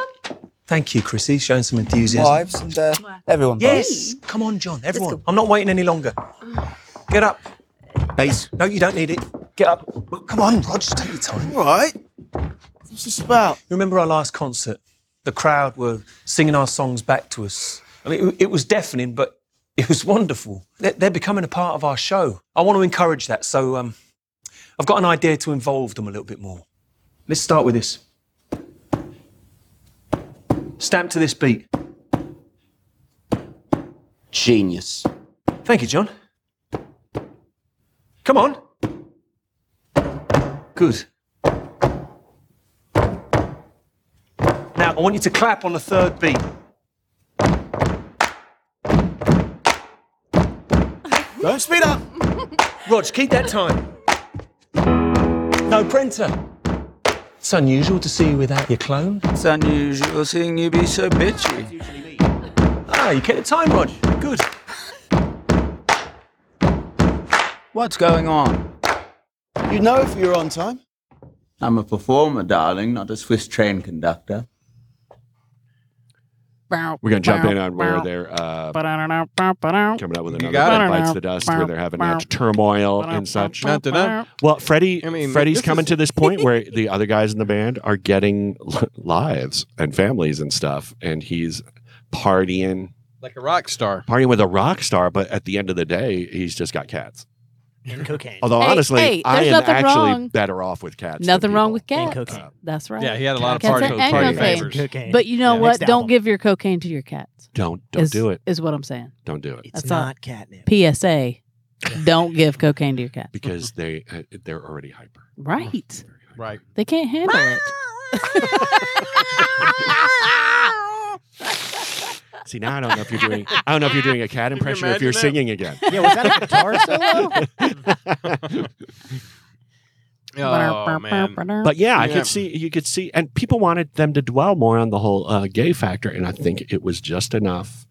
S5: Thank you, Chrissy. Showing some enthusiasm.
S11: Wives
S5: and uh, everyone.
S11: Yes. Come on, John.
S5: Everyone. I'm not waiting any longer. Get up. Base. No, you don't need it. Get up. Well, Come on, Rog. Just take your time. All right. What's this about? Remember our last concert? The crowd were singing our songs back to us. I mean, it, it was deafening, but it was wonderful. They're, they're becoming a part of our show. I want to encourage that, so um, I've got an idea to involve them a little bit more. Let's start with this. Stamp to this beat.
S9: Genius.
S5: Thank you, John. Come on. Good. Now, I want you to clap on the third beat. Don't speed up. Rog, keep that time. No printer. It's unusual to see you without your clone.
S3: It's unusual seeing Ah, you be so bitchy.
S5: Ah, you kept the time, Rog. Good.
S3: What's going on?
S11: You know if you're on time.
S3: I'm a performer, darling, not a Swiss train conductor.
S8: We're going to jump in on where they're uh, coming up with another
S1: got
S8: Bed
S1: it.
S8: bites the dust, where they're having that turmoil and such.
S1: Dun-dun-dun.
S8: Well, Freddie,
S1: I mean,
S8: Freddie's
S1: this
S8: coming
S1: is-
S8: to this point where
S1: [laughs]
S8: the other guys in the band are getting lives and families and stuff, and he's partying,
S1: like a rock star.
S8: partying with a rock star. But at the end of the day, he's just got cats.
S6: And cocaine.
S8: Although
S7: Hey,
S8: honestly,
S7: hey,
S8: I
S7: there's
S8: am
S7: nothing
S8: actually
S7: wrong.
S8: better off with cats. than Uh,
S7: Nothing wrong with
S6: And
S7: cats.
S6: cocaine.
S7: That's right.
S1: Yeah, he had a lot of
S7: Cats
S1: party-
S7: and- and
S1: party
S7: cocaine.
S1: favors.
S6: Cocaine.
S7: But you know
S6: Yeah,
S7: what?
S6: next
S7: Don't
S6: album.
S7: give your cocaine to your cats.
S8: Don't don't
S7: is,
S8: do it.
S7: Is what I'm saying.
S8: Don't do it
S6: It's
S7: That's all.
S6: not catnip.
S7: PSA.
S6: [laughs]
S7: Don't give cocaine to your cat.
S8: because they uh, they're already hyper.
S7: Right. [laughs]
S1: Right.
S7: They can't handle it.
S8: See now I don't know if you're doing I don't know if you're doing
S1: [laughs]
S8: a cat impression or if you're
S1: imagine
S8: singing again.
S6: Yeah, was that a
S7: [laughs]
S6: guitar solo?
S1: [laughs]
S8: [laughs]
S1: Oh, man.
S8: But yeah, I
S1: Yeah.
S8: could see you could see, and people wanted them to dwell more on the whole uh, gay factor, and I think it was just enough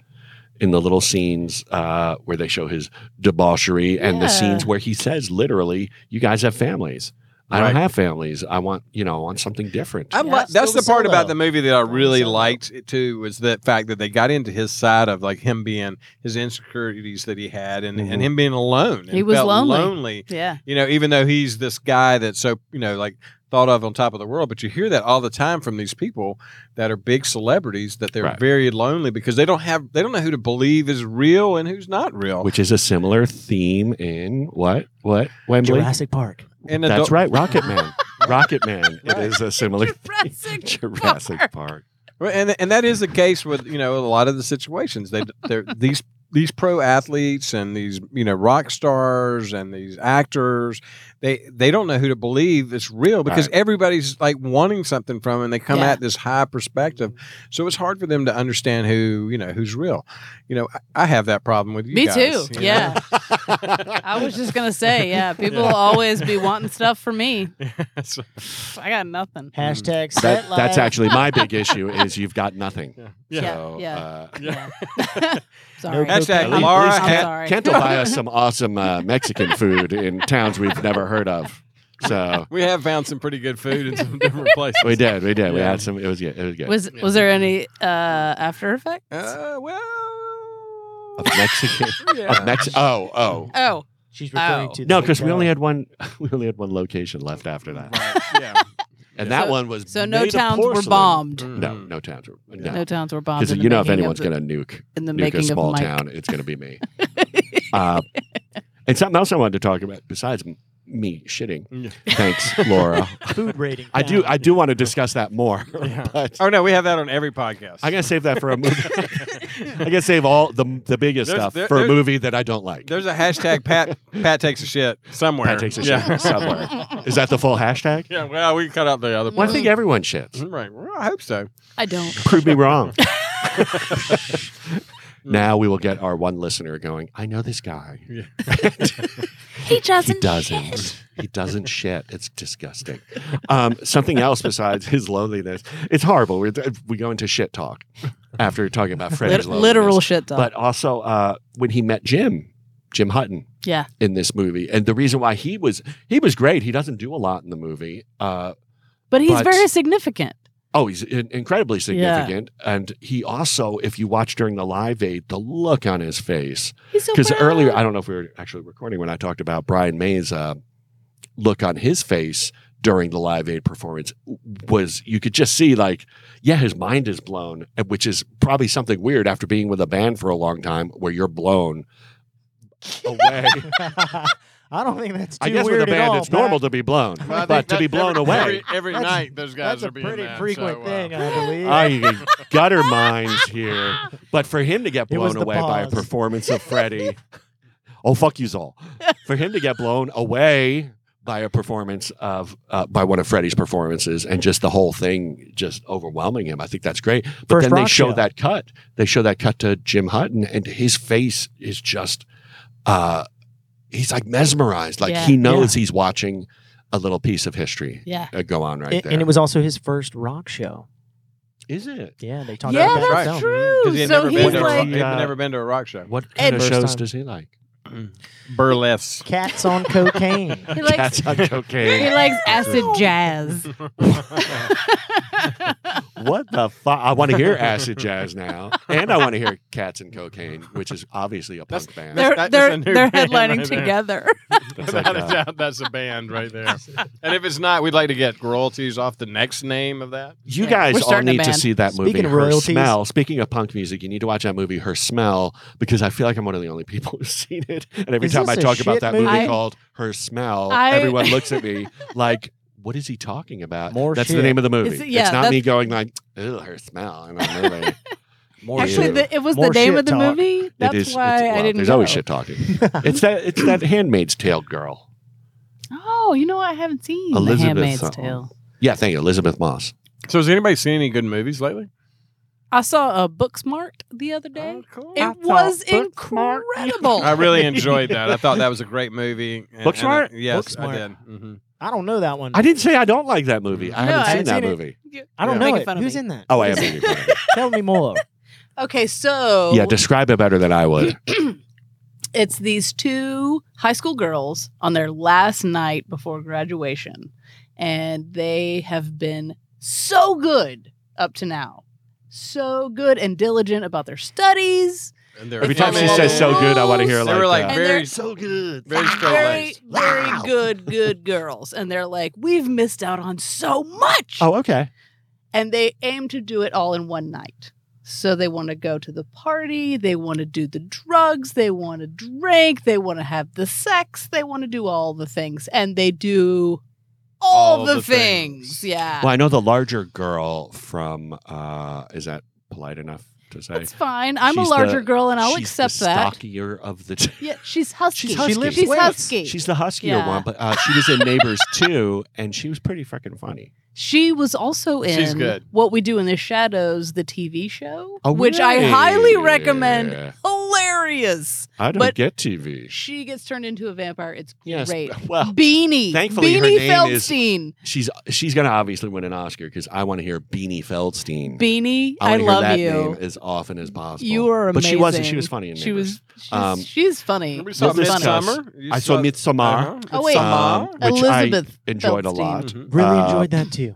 S8: in the little scenes uh, where they show his debauchery and the
S7: Yeah.
S8: scenes where he says literally, "You guys have families. I don't
S1: Right.
S8: have families. I want you know, I want something different."
S1: I'm
S7: Yeah,
S1: li- that's
S6: still
S1: the part about
S6: solo.
S1: the movie that I really
S6: solo.
S1: liked it too was the fact that they got into his side of like him being his insecurities that he had and, and
S8: Mhm.
S1: him being alone. and
S7: Mm-hmm. He was
S1: felt
S7: lonely.
S1: lonely.
S7: Yeah.
S1: You know, even though he's this guy that's so you know like thought of on top of the world, but you hear that all the time from these people that are big celebrities that they're
S8: Right.
S1: very lonely because they don't have they don't know who to believe is real and who's not real.
S8: Which is a similar theme in what what Wembley?
S6: Jurassic Park.
S7: Hmm.
S1: and
S8: That's
S1: adult-
S8: right, Rocket
S7: [laughs]
S8: Man. Rocket Man.
S1: [laughs] Right.
S8: It is a similar
S7: Jurassic
S8: [laughs] Jurassic
S7: Park.
S8: Park.
S1: Well, and and that is the case with you know a lot of the situations they they're these these pro athletes and these you know rock stars and these actors they they don't know who to believe is real because everybody's like wanting something from 'em, and they come
S7: Yeah.
S1: at this high perspective so it's hard for them to understand who you know who's real you know I, I have that problem with you
S7: Me
S1: guys,
S7: too.
S1: you know?
S7: Yeah.
S8: [laughs]
S7: I was just gonna say, yeah, people always be wanting stuff from me.
S1: So-
S7: I got nothing.
S6: Hashtag
S8: That,
S6: set
S8: that's
S6: life.
S8: actually my big
S7: [laughs]
S8: issue is you've got nothing.
S7: Yeah.
S8: So,
S7: Yeah.
S8: Uh,
S7: Yeah.
S6: No
S7: [laughs] sorry.
S1: hashtag
S8: At least-
S1: Laura
S7: I'm
S1: Ha-
S7: sorry.
S8: Kent will buy
S7: [laughs]
S8: us some awesome uh, Mexican food in towns we've never heard of. So
S1: we have found some pretty good food in
S8: [laughs]
S1: some different places
S8: we did, we did. We
S1: Yeah.
S8: had some. It was good. It was good.
S7: Was was there any uh after effects?
S1: uh, well
S8: of Mexican.
S1: yeah.
S8: Of Mex- oh, oh.
S7: oh.
S6: She's referring
S7: Oh.
S6: to the
S8: No, because we
S6: hotel.
S8: only had one. [laughs] We only had one location left after that,
S1: yeah
S8: and
S7: Yeah.
S8: that
S7: So-
S8: one was
S7: So no
S8: made of
S7: towns were
S8: porcelain.
S7: bombed.
S8: No, no towns were. No,
S7: No towns were bombed.
S8: because
S7: in the
S8: you know if
S7: making of
S8: anyone's
S7: the-
S8: going to nuke
S7: in the
S8: nuke a
S7: making of
S8: small
S7: Mike.
S8: town, it's going to
S7: [laughs]
S8: be me. uh, and something else I wanted to talk about besides m- me shitting.
S1: Yeah.
S8: Thanks, Laura.
S6: food rating.
S8: I do.
S6: down.
S8: I do want to discuss that
S1: [laughs]
S8: more. But
S1: oh no we have that on every podcast
S8: I'm gonna save that for a movie. [laughs] I'm gonna save all the the biggest
S1: There's-
S8: stuff
S1: there-
S8: for a
S1: there's-
S8: movie that I don't like.
S1: There's a hashtag Pat Pat takes a shit somewhere.
S8: Pat takes a
S1: yeah. [laughs]
S8: shit somewhere. Is that the full hashtag?
S1: yeah, mm-hmm. well, we cut out the other
S8: Well, I
S1: part.
S8: think everyone shits.
S1: Right. Well, I hope so.
S7: I
S8: [laughs]
S7: don't.
S8: Prove
S1: [laughs]
S8: me wrong. now we will get our one listener going. I know this guy.
S1: Yeah.
S7: He doesn't.
S8: He doesn't. He doesn't shit. It's disgusting. Um, something else besides his loneliness. It's horrible. We're, we go into shit talk after talking about Freddie's
S7: Lit- literal
S8: loneliness.
S7: shit talk.
S8: But also uh, when he met Jim, Jim Hutton
S7: yeah.
S8: in this movie, and the reason why he was he was great. He doesn't do a lot in the movie. Uh,
S7: But he's
S8: But-
S7: very significant.
S8: Oh, he's in- incredibly significant. And he also, if you watch during the live aid, the look on his face.
S12: He's so
S8: Because
S12: proud.
S8: earlier, I don't know if we were actually recording when I talked about Brian May's uh, look on his face during the live aid performance was you could just see like yeah his mind is blown and which is probably something weird after being with a band for a long time where
S6: [laughs]
S8: you're blown away
S6: [laughs] I don't think that's too
S8: i guess
S6: weird
S8: with a
S6: at
S8: band
S6: all,
S8: it's normal
S6: Pat.
S8: to be blown but to be blown away
S13: every
S6: That's-
S13: night those guys
S6: that's
S13: are
S6: a
S13: being
S6: pretty
S13: mad,
S6: frequent
S13: so, uh,
S8: [laughs]
S6: thing, I believe.
S8: Oh, you got gutter minds
S7: [gasps]
S8: here. But for him to get
S6: It was the
S8: blown away by a
S6: pause.
S8: performance
S6: [laughs]
S8: of Freddie, oh fuck yous all. For him to get blown away by a performance of uh, by one of Freddie's performances and just the whole thing just overwhelming him, I think that's great. But
S6: First
S8: then they
S6: rock
S8: show
S6: show.
S8: that cut. They show that cut to Jim Hutton, and his face is just. uh He's like mesmerized, like
S6: Yeah.
S8: he knows he's watching a little piece of history
S6: Yeah.
S8: uh, go on right
S6: and,
S8: there.
S6: and it was also his first rock show.
S8: Is it?
S6: Yeah, they talked
S7: Yeah,
S6: about that.
S7: that's
S6: film.
S7: true.
S1: Because he had
S7: So
S1: never,
S7: he's
S1: been to a,
S7: like-
S1: he'd
S7: Yeah.
S1: never been to a rock show.
S8: What
S7: kind of First shows time.
S8: does he like?
S1: [laughs] Burlesque.
S6: Cats on cocaine.
S7: [laughs] He likes- Cats
S6: [laughs]
S7: on cocaine. He likes
S8: [laughs]
S7: acid jazz.
S8: what the fuck? I want to hear acid jazz now, and I want to hear Cats and Cocaine, which is obviously a punk band.
S7: They're
S13: That is
S7: they're
S13: a new
S7: they're
S13: band
S7: headlining
S13: right there.
S7: together.
S8: That's
S13: Without
S8: like,
S13: a
S8: uh,
S13: doubt, that's a band right there. and if it's not, we'd like to get royalties off the next name of that.
S8: you guys all need to see that movie.
S13: Speaking of
S8: Her
S13: royalties-
S8: Smell. Speaking of punk music, you need to watch that movie, Her Smell, because I feel like I'm one of the only people [laughs] who's seen it. And every
S13: Is
S8: time I
S13: this a
S8: talk about
S13: shit
S8: that movie
S13: movie? I-
S8: called Her Smell,
S13: I-
S8: everyone looks at me like. What is he talking about?
S6: More
S8: that's the
S6: shit.
S8: name of the movie.
S7: Is it- yeah,
S8: it's not me
S7: that's-
S8: going like, "Ew, her smell." And I'm
S13: [laughs]
S8: really, more
S7: Actually,
S8: you.
S7: the, it was the name of the movie. That's
S8: it is,
S7: why
S8: it's-
S7: I
S8: well,
S7: didn't.
S8: There's always
S7: know.
S13: [laughs]
S8: shit talking. it's that. It's that Handmaid's Tale girl,
S7: Oh, you know what? I haven't seen The
S8: Elizabeth.
S7: Handmaid's
S8: something.
S7: Tale.
S8: Yeah, thank you, Elizabeth Moss.
S1: So has anybody seen any good movies lately?
S7: I saw a Booksmart the other day.
S6: Oh,
S7: It was
S1: [laughs]
S7: incredible.
S1: I really
S6: [laughs]
S1: enjoyed that. I thought that was a great movie. And- and I-
S8: Booksmart?
S1: yes,
S6: Booksmart.
S1: I did. hmm
S6: I don't know that one.
S8: I didn't say I don't like that movie. I
S6: No,
S8: haven't
S6: I
S8: seen that
S6: haven't seen
S8: movie.
S6: I don't
S8: Yeah.
S6: know
S8: Making
S6: it.
S7: fun of
S6: Who's
S7: me.
S6: in that?
S8: Oh, I am. making
S7: [laughs]
S8: fun of it.
S6: [laughs] Tell me
S8: [laughs]
S6: more.
S7: Oh. Okay, so
S8: Yeah, describe it better than
S7: [laughs]
S8: I would.
S7: it's these two high school girls on their last night before graduation, and they have been so good up to now, so good and diligent about their studies.
S1: And they're
S8: Every time she
S1: following
S8: says so
S1: along.
S8: good, I want to hear
S1: They were
S8: like,
S1: like
S8: uh,
S1: very
S7: so
S8: good,
S1: very straight
S7: very,
S1: laced.
S7: very good, good girls, and they're like, we've missed out on so much.
S8: Oh, okay.
S7: and they aim to do it all in one night. So they want to go to the party, they want to do the drugs, they want to drink, they want to have the sex, they want to do all the things, and they do all,
S8: All
S7: the,
S8: the
S7: things. Yeah,
S8: Well, I know the larger girl from. uh Is that polite enough to say?
S7: it's fine. I'm
S8: She's
S7: a larger
S8: the-
S7: girl, and I'll
S8: she's
S7: accepts
S8: the
S7: that.
S8: Stockier of the two. [laughs]
S7: Yeah, she's husky.
S8: She's husky.
S7: She lives she's
S8: with-
S7: husky.
S8: She's the huskier
S7: Yeah.
S8: one, but uh, she was in
S7: [laughs]
S8: Neighbors too, and she was pretty freaking funny.
S7: She was also in
S8: She's good.
S7: What We Do in the Shadows, the TV show,
S8: Oh,
S7: which I highly
S8: really?
S7: recommend. Hilarious.
S8: I don't
S7: But
S8: get TV.
S7: She gets turned into a vampire. It's
S8: Yes,
S7: great.
S8: well,
S7: Beanie.
S8: Thankfully, her
S7: Beanie
S8: name
S7: Feldstein.
S8: is. She's she's gonna obviously win an Oscar because I want to hear Beanie Feldstein.
S7: Beanie,
S8: I,
S7: I,
S8: wanna hear
S7: love
S8: that
S7: you.
S8: Name as often as possible.
S7: You are
S8: But she
S7: amazing.
S8: wasn't. She was funny. In
S7: She was.
S8: Neighbors.
S7: She's,
S8: Um,
S7: she's funny.
S1: We saw
S7: She's funny.
S1: Midsummer. You
S8: I saw
S1: saw-
S8: Midsummer.
S1: Uh-huh.
S7: Oh, wait.
S8: which
S7: Elizabeth
S8: I enjoyed a
S7: Feldstein.
S8: lot.
S1: Mhm.
S6: Really
S8: Uh,
S6: enjoyed that
S8: [laughs]
S6: too.
S8: Did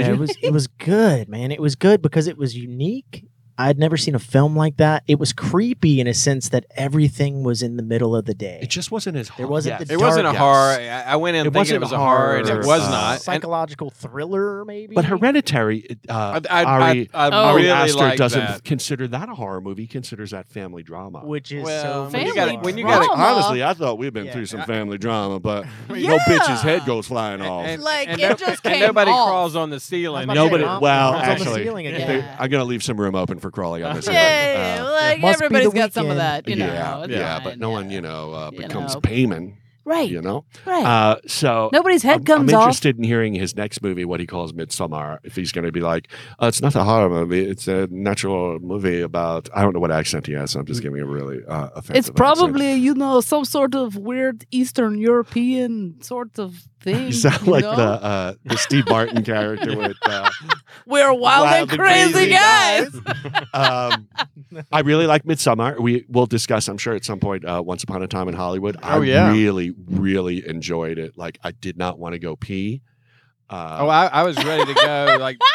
S6: Yeah,
S8: you?
S6: it was it was good, man. It was good because it was unique. I'd never seen a film like that. It was creepy in a sense that everything was in the middle of the day. It
S8: just wasn't as hard.
S6: There wasn't
S1: Yes.
S6: the
S1: It wasn't a
S6: dark-
S1: horror. I- I went in
S8: It
S1: thinking
S8: wasn't
S1: it was a horror, and it was
S8: horror. uh,
S1: not. And
S6: psychological thriller, maybe.
S8: But Hereditary, uh,
S1: I- I-
S8: Ari,
S1: I- I
S8: Ari
S1: really
S8: Aster
S1: like
S8: doesn't
S1: that.
S8: consider that a horror movie. He considers that family drama.
S6: which is
S1: Well,
S6: so
S1: when you
S6: bizarre.
S1: gotta- when you gotta- Drama?
S8: honestly, I thought we'd been through some family
S1: [laughs]
S8: drama, but no bitch's head goes flying off.
S1: and-
S7: Like,
S1: and
S7: it
S1: no-
S7: just
S1: and
S7: came
S1: nobody
S7: off.
S1: crawls on the ceiling.
S8: Nobody.
S1: Anymore.
S8: Well,
S6: It's on the
S8: actually,
S6: ceiling
S8: they-
S6: again.
S8: I'm gonna leave some room open for crawling on this.
S7: Yeah,
S8: one.
S7: yeah, yeah.
S8: Uh,
S7: like
S6: Must be the
S7: everybody's got some of
S6: weekend.
S7: that. You know,
S8: yeah,
S7: it's
S8: yeah,
S7: fine.
S8: but no one, you know, uh,
S7: You
S8: becomes
S7: know.
S8: payman.
S7: Right.
S8: You know.
S7: Right.
S8: Uh, so
S7: Nobody's head
S8: I'm,
S7: comes
S8: I'm
S7: off.
S8: interested in hearing his next movie, what he calls Midsommar. If he's going to be like, oh, it's not a horror movie; it's a natural movie about. I don't know what accent he has. So I'm just giving a really uh, offensive.
S7: It's
S8: accent. [laughs]
S7: probably you know some sort of weird Eastern European sort of thing.
S8: You sound
S7: you
S8: like
S7: know?
S8: the uh, the Steve Martin character with.
S7: [laughs]
S8: Uh,
S7: we're wild, and crazy, guys.
S8: um, I really like Midsummer. We will discuss, I'm sure, at some point. Uh, Once upon a time in Hollywood.
S1: Oh,
S8: I
S1: yeah.
S8: really, really enjoyed it. Like I did not want to go pee. Uh,
S1: Oh, I, I was ready to go. Like
S8: [laughs]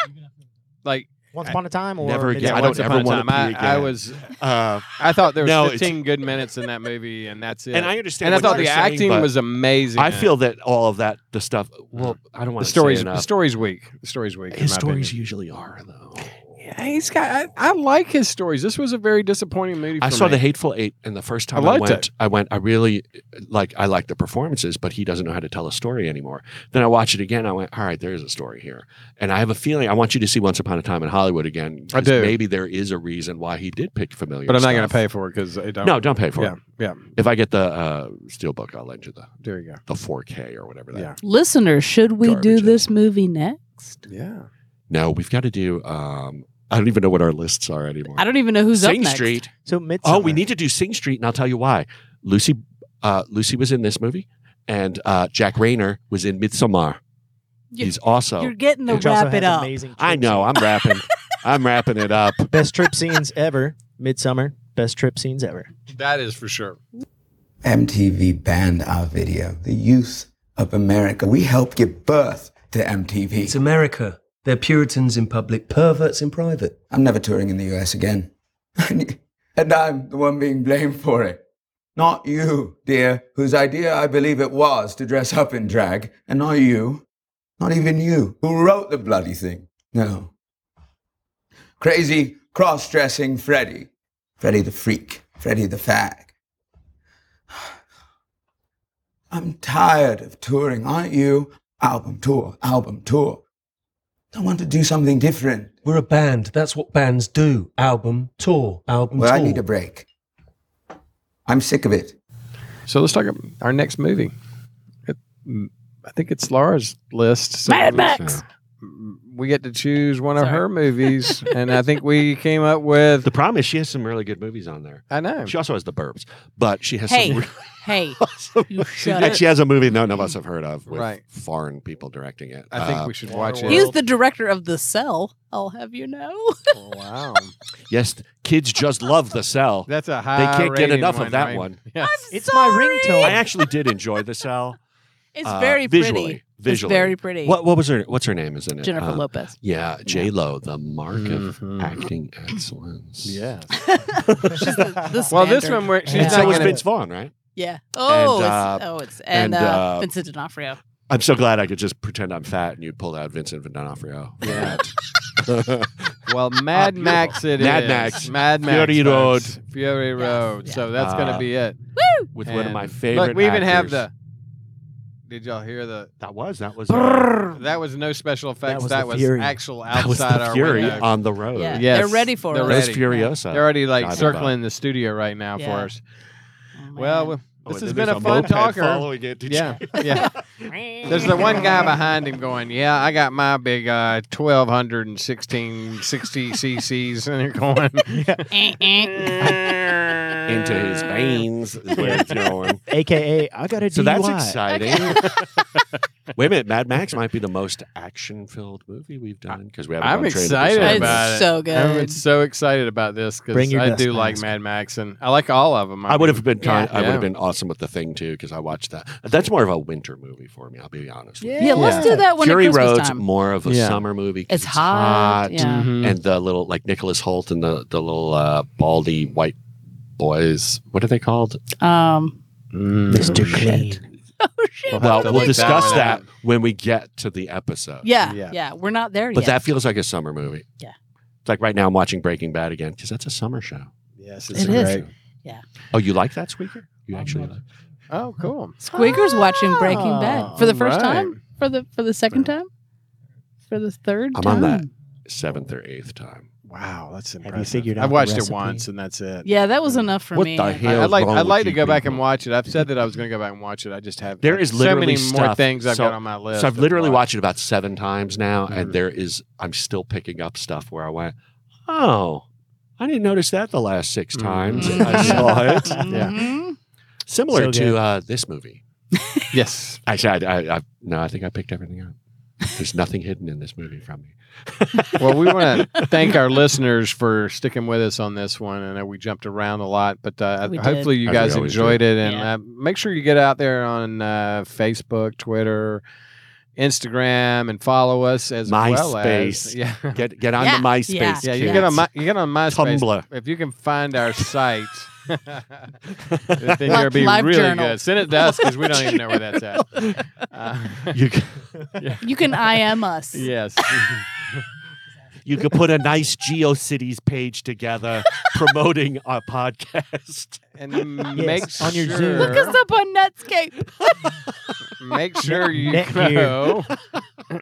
S1: Like
S6: Once upon a time, or
S8: Never
S6: maybe
S8: again. I
S6: Once
S8: don't
S6: Upon
S8: ever
S6: a Time.
S8: want to
S1: I,
S8: pee again.
S1: I was, [laughs]
S8: Uh,
S1: I thought there was
S8: no, it's-
S1: 15 good minutes in that movie, and that's it.
S8: And I understand
S1: And I
S8: what
S1: thought
S8: you're
S1: the
S8: saying,
S1: acting
S8: but
S1: was amazing.
S8: I
S1: in it.
S8: feel that all of that, the stuff. Well, I don't want
S1: the
S8: to
S1: stories.
S8: Say
S1: The
S8: enough.
S1: stories weak. The stories weak. in
S8: His
S1: my
S8: stories
S1: opinion.
S8: usually are though.
S1: Yeah, he's got. I, I like his stories. This was a very disappointing movie. For
S8: I saw
S1: me.
S8: the Hateful Eight, and the first time
S1: I
S8: I,
S1: liked
S8: went,
S1: it.
S8: I went, I really like, I like the performances, but he doesn't know how to tell a story anymore. Then I watched it again. I went, all right, there is a story here, and I have a feeling I want you to see Once Upon a Time in Hollywood again. 'cause
S1: do.
S8: Maybe there is a reason why he did pick familiar,
S1: but I'm not going to
S8: stuff.
S1: pay for it because don't.
S8: No, don't pay for
S1: yeah,
S8: it.
S1: Yeah,
S8: If I get the uh, steelbook, I'll lend you the
S1: there you go.
S8: the 4K or whatever. That. Yeah.
S7: Listener, should we do this movie next?
S1: Yeah.
S8: No, we've got to do. Um, I don't even know what our lists are anymore.
S7: I don't even know who's up
S8: Sing
S7: next.
S8: Street.
S6: So
S8: Oh, we need to do Sing Street, and I'll tell you why. Lucy, uh, Lucy was in this movie, and uh, Jack Rayner was in Midsommar.
S7: You-
S8: He's oh. also.
S7: You're getting the
S6: Which also
S7: wrap it
S6: has
S7: up.
S6: Amazing
S8: I know. I'm wrapping.
S7: [laughs]
S8: I'm wrapping it up.
S6: best trip scenes ever. Midsummer, best trip scenes ever.
S1: that is for sure.
S12: MTV banned our video. The youth of America. We helped give birth to MTV. It's
S14: America. They're Puritans in public, perverts in private.
S12: I'm never touring in the US again. [laughs] and I'm the one being blamed for it. Not you, dear, whose idea I believe it was to dress up in drag, and not you. Not even you, who wrote the bloody thing. No. Crazy cross dressing Freddy. Freddy the freak. Freddy the fag. I'm tired of touring, aren't you? Album tour, album tour. I want to do something different.
S14: We're a band. That's what bands do. Album, tour, album,
S12: Well,
S14: tour.
S12: I need a break. I'm sick of it.
S1: So let's talk about our next movie. It, mm, I think it's Laura's list. so
S7: Mad
S1: we-
S7: Max.
S1: We get to choose one [laughs] of her movies, and I think we came up with.
S8: The problem is she has some really good movies on there.
S1: I know.
S8: She also has the Burbs, but she has
S7: Hey, [laughs]
S8: some. Really,
S7: hey, you shut
S8: [laughs] and
S7: up.
S8: she has a movie none of us have heard of with
S1: Right.
S8: foreign people directing it.
S1: I think
S8: Uh,
S1: we should watch it.
S7: He was the director of The Cell. I'll have you know. [laughs]
S1: [laughs] wow.
S8: Yes, kids just love
S1: [laughs]
S8: the cell.
S1: That's a
S8: They
S1: high.
S8: can't get
S1: rating
S8: enough of that
S1: right?
S8: one.
S7: I'm
S6: It's my
S7: sorry.
S6: ringtone.
S8: I actually did enjoy the cell.
S7: It's
S8: uh,
S7: very
S8: visually,
S7: pretty.
S8: Visually,
S7: It's very pretty.
S8: What what was her what's her name? Isn't it
S7: Jennifer
S8: Uh, [laughs]
S7: Lopez. [laughs]
S8: Yeah, Mm-hmm. J Lo, the mark
S1: Mm-hmm.
S8: of acting excellence.
S1: Yes.
S7: She's the, the
S1: Well, this
S7: standard.
S1: one where she's
S8: And
S1: not
S8: so was
S1: gonna-
S8: Vince Vaughn, right?
S7: Yeah. Oh,
S8: uh,
S7: it's, oh, it's and,
S8: and,
S7: uh,
S8: uh,
S7: Vincent D'Onofrio.
S8: I'm so glad I could just pretend I'm fat and you pulled out Vincent D'Onofrio. [laughs]
S1: Yeah.
S8: Mad [laughs]
S1: Well, Mad
S8: Oh, beautiful.
S1: Max it is.
S8: Mad Max.
S1: Mad Max.
S8: Fury
S1: folks.
S8: Road.
S1: Fury Road. So that's going to
S8: Uh,
S1: be it.
S7: Woo!
S8: with one of my
S1: And-
S8: favorite.
S1: Look, we even have the.
S8: actors.
S1: Did y'all hear the?
S8: that was that was
S1: That was no special effects.
S6: was
S1: That
S6: the
S1: was,
S6: Fury.
S1: actual
S8: that was
S1: outside
S8: the
S1: our
S8: Fury
S1: window.
S8: on the road.
S7: Yeah.
S1: Yes,
S7: They're ready for
S1: they're
S7: us.
S8: Oh, Those
S1: ready.
S8: Furiosa.
S1: They're already like
S8: God,
S1: circling the studio right now
S7: Yeah.
S1: for us.
S7: Oh,
S1: Well,
S7: man.
S1: w-
S8: Oh,
S1: this
S8: and
S1: has
S8: then
S1: been
S8: there's
S1: a
S8: a
S1: fun
S8: moped
S1: talker.
S8: following it. Did you-
S1: yeah, yeah. There's the
S7: [laughs]
S1: one guy behind him going, "Yeah, I got my big uh, 1216 60 cc's," and they're going,
S7: Eh, eh.
S8: [laughs]
S1: [laughs]
S8: into his veins is where it's going.
S6: AKA, I got a
S8: So
S6: DUI.
S8: that's exciting.
S1: [laughs]
S8: Wait a minute, Mad Max might be the most action-filled movie we've done because we haven't.
S1: I'm
S8: done Train to
S1: excited
S8: Busan.
S7: It's
S1: about it.
S7: so good.
S1: I'm so excited about this
S6: Bring
S1: because
S6: your
S1: I
S6: dust
S1: do like
S6: mask.
S1: Mad Max and I like all of them.
S8: I would have been. Kind, I would
S1: Yeah.
S8: have been awesome with the thing too because I watched that. That's more of a winter movie for me. I'll be honest. With
S7: yeah, let's do that
S8: you.
S7: one
S8: Fury
S7: at Christmas
S8: Road's
S7: time.
S8: more of a
S1: Yeah.
S8: summer movie. 'cause
S7: It's hot, yeah.
S1: Mhm.
S8: and the little like Nicholas Holt and the the little uh, baldy white boys. What are they called?
S7: Um, [laughs]
S6: Mr. Clean.
S8: Well, we'll
S1: look that
S8: discuss
S1: one
S8: that
S1: up.
S8: when we get to the episode.
S7: yeah,
S1: Yeah.
S7: yeah, We're not there
S8: But
S7: yet.
S8: that feels like a summer movie.
S7: Yeah.
S8: It's like right now I'm watching Breaking Bad again because that's a summer show.
S1: Yes,
S7: It is.
S1: great.
S8: Oh, you like that squeaker? You actually like
S1: Oh, cool.
S7: Squeaker's watching Breaking
S1: Ah,
S8: Oh,
S7: Bad for the first
S1: Alright.
S7: time, for the for the second time, for the 3rd
S8: I'm
S7: time.
S8: on that seventh or eighth time.
S1: Wow, that's impressive.
S6: figured out
S1: I've
S6: the
S1: watched it
S6: recipe?
S1: once, and that's it.
S7: Yeah, that was enough for
S8: What
S7: me.
S8: the
S7: I-
S8: hell?
S1: I, would like.
S8: wrong
S1: I'd
S8: with
S1: like to
S8: you
S1: go back and
S8: people?
S1: watch it. I've said that I was going to go back and watch it. I just have.
S8: There is
S1: so
S8: literally
S1: many more
S8: stuff.
S1: things I've
S8: So-
S1: got on my list.
S8: so I've
S1: to
S8: literally
S1: watch.
S8: watched it about seven times now,
S1: Mm-hmm.
S8: and there is I'm still picking up stuff where I went, oh, I didn't notice that the last 6
S1: Mm-hmm.
S8: times
S1: [laughs]
S7: Mhm.
S8: I saw [laughs] it.
S1: Yeah.
S7: Mhm.
S8: Similar
S6: So good.
S8: to uh, this movie.
S1: Yes.
S8: Actually, I, I, I no, I think I picked everything up. There's nothing hidden in this movie from me.
S1: [laughs] well, we want to thank our listeners for sticking with us on this one. I know we jumped around a lot, but uh,
S7: We did.
S1: hopefully you
S8: As we
S1: guys
S8: always
S1: enjoyed it. And
S7: Yeah.
S1: uh, make sure you get out there on uh, Facebook, Twitter, Instagram and follow us as well as
S8: MySpace. Get get
S1: [laughs]
S8: on
S1: Yeah,
S8: the MySpace.
S1: yeah, yeah, you
S8: kids.
S1: get on my, [laughs] you get on MySpace.
S8: Tumblr.
S1: If you can find our site, [laughs] I think
S8: Like
S1: it'll be
S8: Live
S1: really
S8: Journal.
S1: good. Send it to us because we don't even know where that's
S8: [laughs]
S1: at. Uh,
S8: [laughs]
S1: [laughs]
S8: You can-
S1: yeah.
S7: You can IM us.
S1: Yes.
S8: You could put a nice GeoCities
S1: [laughs]
S8: page together promoting our podcast.
S1: And make
S8: on your
S1: sure-
S8: Zoom.
S7: Look us up on Netscape.
S1: Make sure you
S8: Netgear.
S1: [laughs] go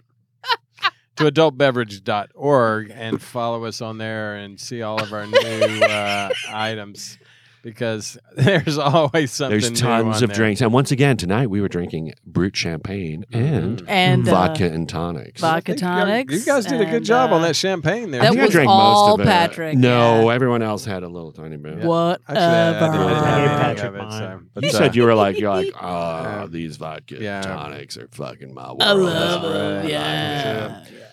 S1: to adultbeverage.org and follow us on there and see all of our new uh, items because there's always something.
S8: There's
S1: new
S8: tons
S1: on
S8: of
S1: there.
S8: drinks. And once again, tonight we were drinking brut champagne
S1: Mm-hmm.
S8: and,
S7: And, uh,
S8: vodka and tonics.
S7: Vodka tonics.
S1: You guys did a good
S7: and,
S1: job on
S7: uh,
S1: that champagne there.
S7: That
S8: I think I
S7: was
S8: drank
S7: all
S8: most of it.
S7: Patrick.
S8: No, everyone else had a little tiny bit.
S7: What?
S1: Actually, I didn't
S7: Ever.
S1: have any of
S7: uh, Patrick
S1: it, so-
S7: mine.
S1: but,
S8: you
S1: uh,
S8: said you were like you're
S7: [laughs]
S8: like ah these vodka tonics are fucking my world.
S7: love
S8: That's
S7: 'em, yeah.
S8: right. Like, yeah.
S1: Well,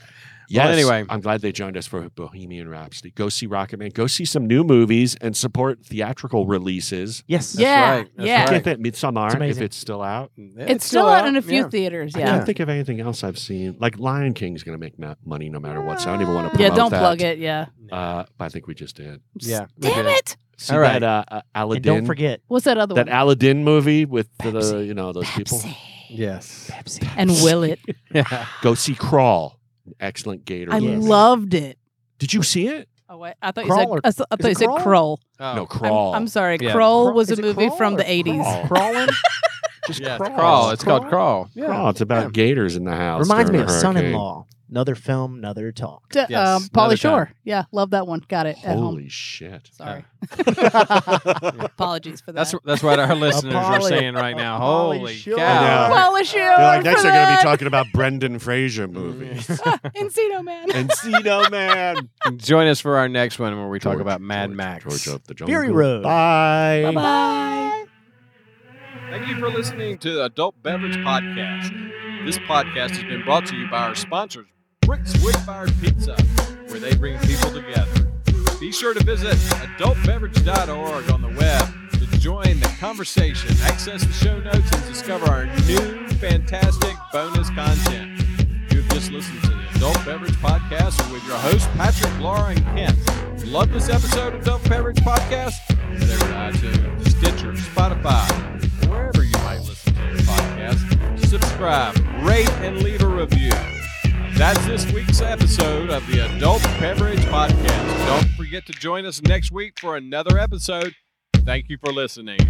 S8: Yes.
S1: anyway.
S8: I'm glad they joined us for Bohemian Rhapsody. Go see Rocketman. Go see some new movies and support theatrical releases.
S6: Yes.
S1: That's Yeah, right. That's yeah. right.
S8: Get that Midsummer
S1: It's
S8: if
S1: amazing.
S8: it's still out.
S7: It's it's still still out out, in a few yeah. theaters,
S8: I
S7: yeah.
S8: can't think of anything else I've seen. Like Lion King's going to make ma- money no matter what. So I don't even want to.
S7: Yeah, don't plug it. Yeah.
S8: Uh, but I think we just did.
S1: Yeah.
S7: Damn it.
S8: See
S1: All right.
S8: that uh, uh, Aladdin.
S6: forget-
S7: What's that other
S8: that
S7: one?
S8: Aladdin movie with the you know those people.
S1: Yes.
S7: and Will It.
S8: Go see Crawl. Excellent Gator.
S7: I
S8: movie.
S7: loved it.
S8: Did you see it?
S7: Oh, wait, I thought
S8: Crawl
S7: you
S8: or-
S7: said, I thought- I
S8: is
S7: thought
S8: it
S7: you said
S8: Crawl?
S7: Kroll.
S8: Oh. No, Crawl.
S7: I'm, I'm sorry.
S8: Yeah.
S7: Kroll was
S8: Is
S7: a
S8: it
S7: movie
S8: Crawl
S7: from
S8: or
S7: the 80s.
S8: Crawl? [laughs]
S1: Just yeah, it's crawl. Oh, It's called crawl. Yeah.
S8: Crawl. It's about gators in the house.
S6: Reminds me of
S8: during a hurricane.
S6: Son-in-Law. Another film, another talk.
S7: D-
S6: Yes,
S7: um,
S6: another
S7: Pauly Shore. Yeah, love that one. Got it at home.
S8: Holy shit!
S7: Sorry. [laughs] Apologies for that.
S1: That's that's what our listeners are
S7: Apollo-
S1: saying right now. Holy
S7: Apollo
S1: cow!
S7: Polish
S8: uh, They're like
S7: for
S8: next they're going to
S7: that.
S8: be talking about Brendan Fraser movies. [laughs]
S7: Encino Man.
S8: Encino Man.
S1: Join us for our next one where we talk about Mad Max.
S6: Fury Road.
S8: [laughs] Bye.
S1: Bye. Thank you for listening to the Adult Beverage Podcast. This podcast has been brought to you by our sponsors, Bricks Woodfire Pizza, where they bring people together. Be sure to visit adultbeverage.org on the web to join the conversation, access the show notes, and discover our new fantastic bonus content. You've just listened to the Adult Beverage Podcast with your hosts, Patrick, Laura, and Kent. Love this episode of Adult Beverage Podcast? Head over to iTunes, Stitcher, Spotify, or wherever you might listen to your podcast. Subscribe, rate, and leave a review. That's this week's episode of the Adult Beverage Podcast. Don't forget to join us next week for another episode. Thank you for listening.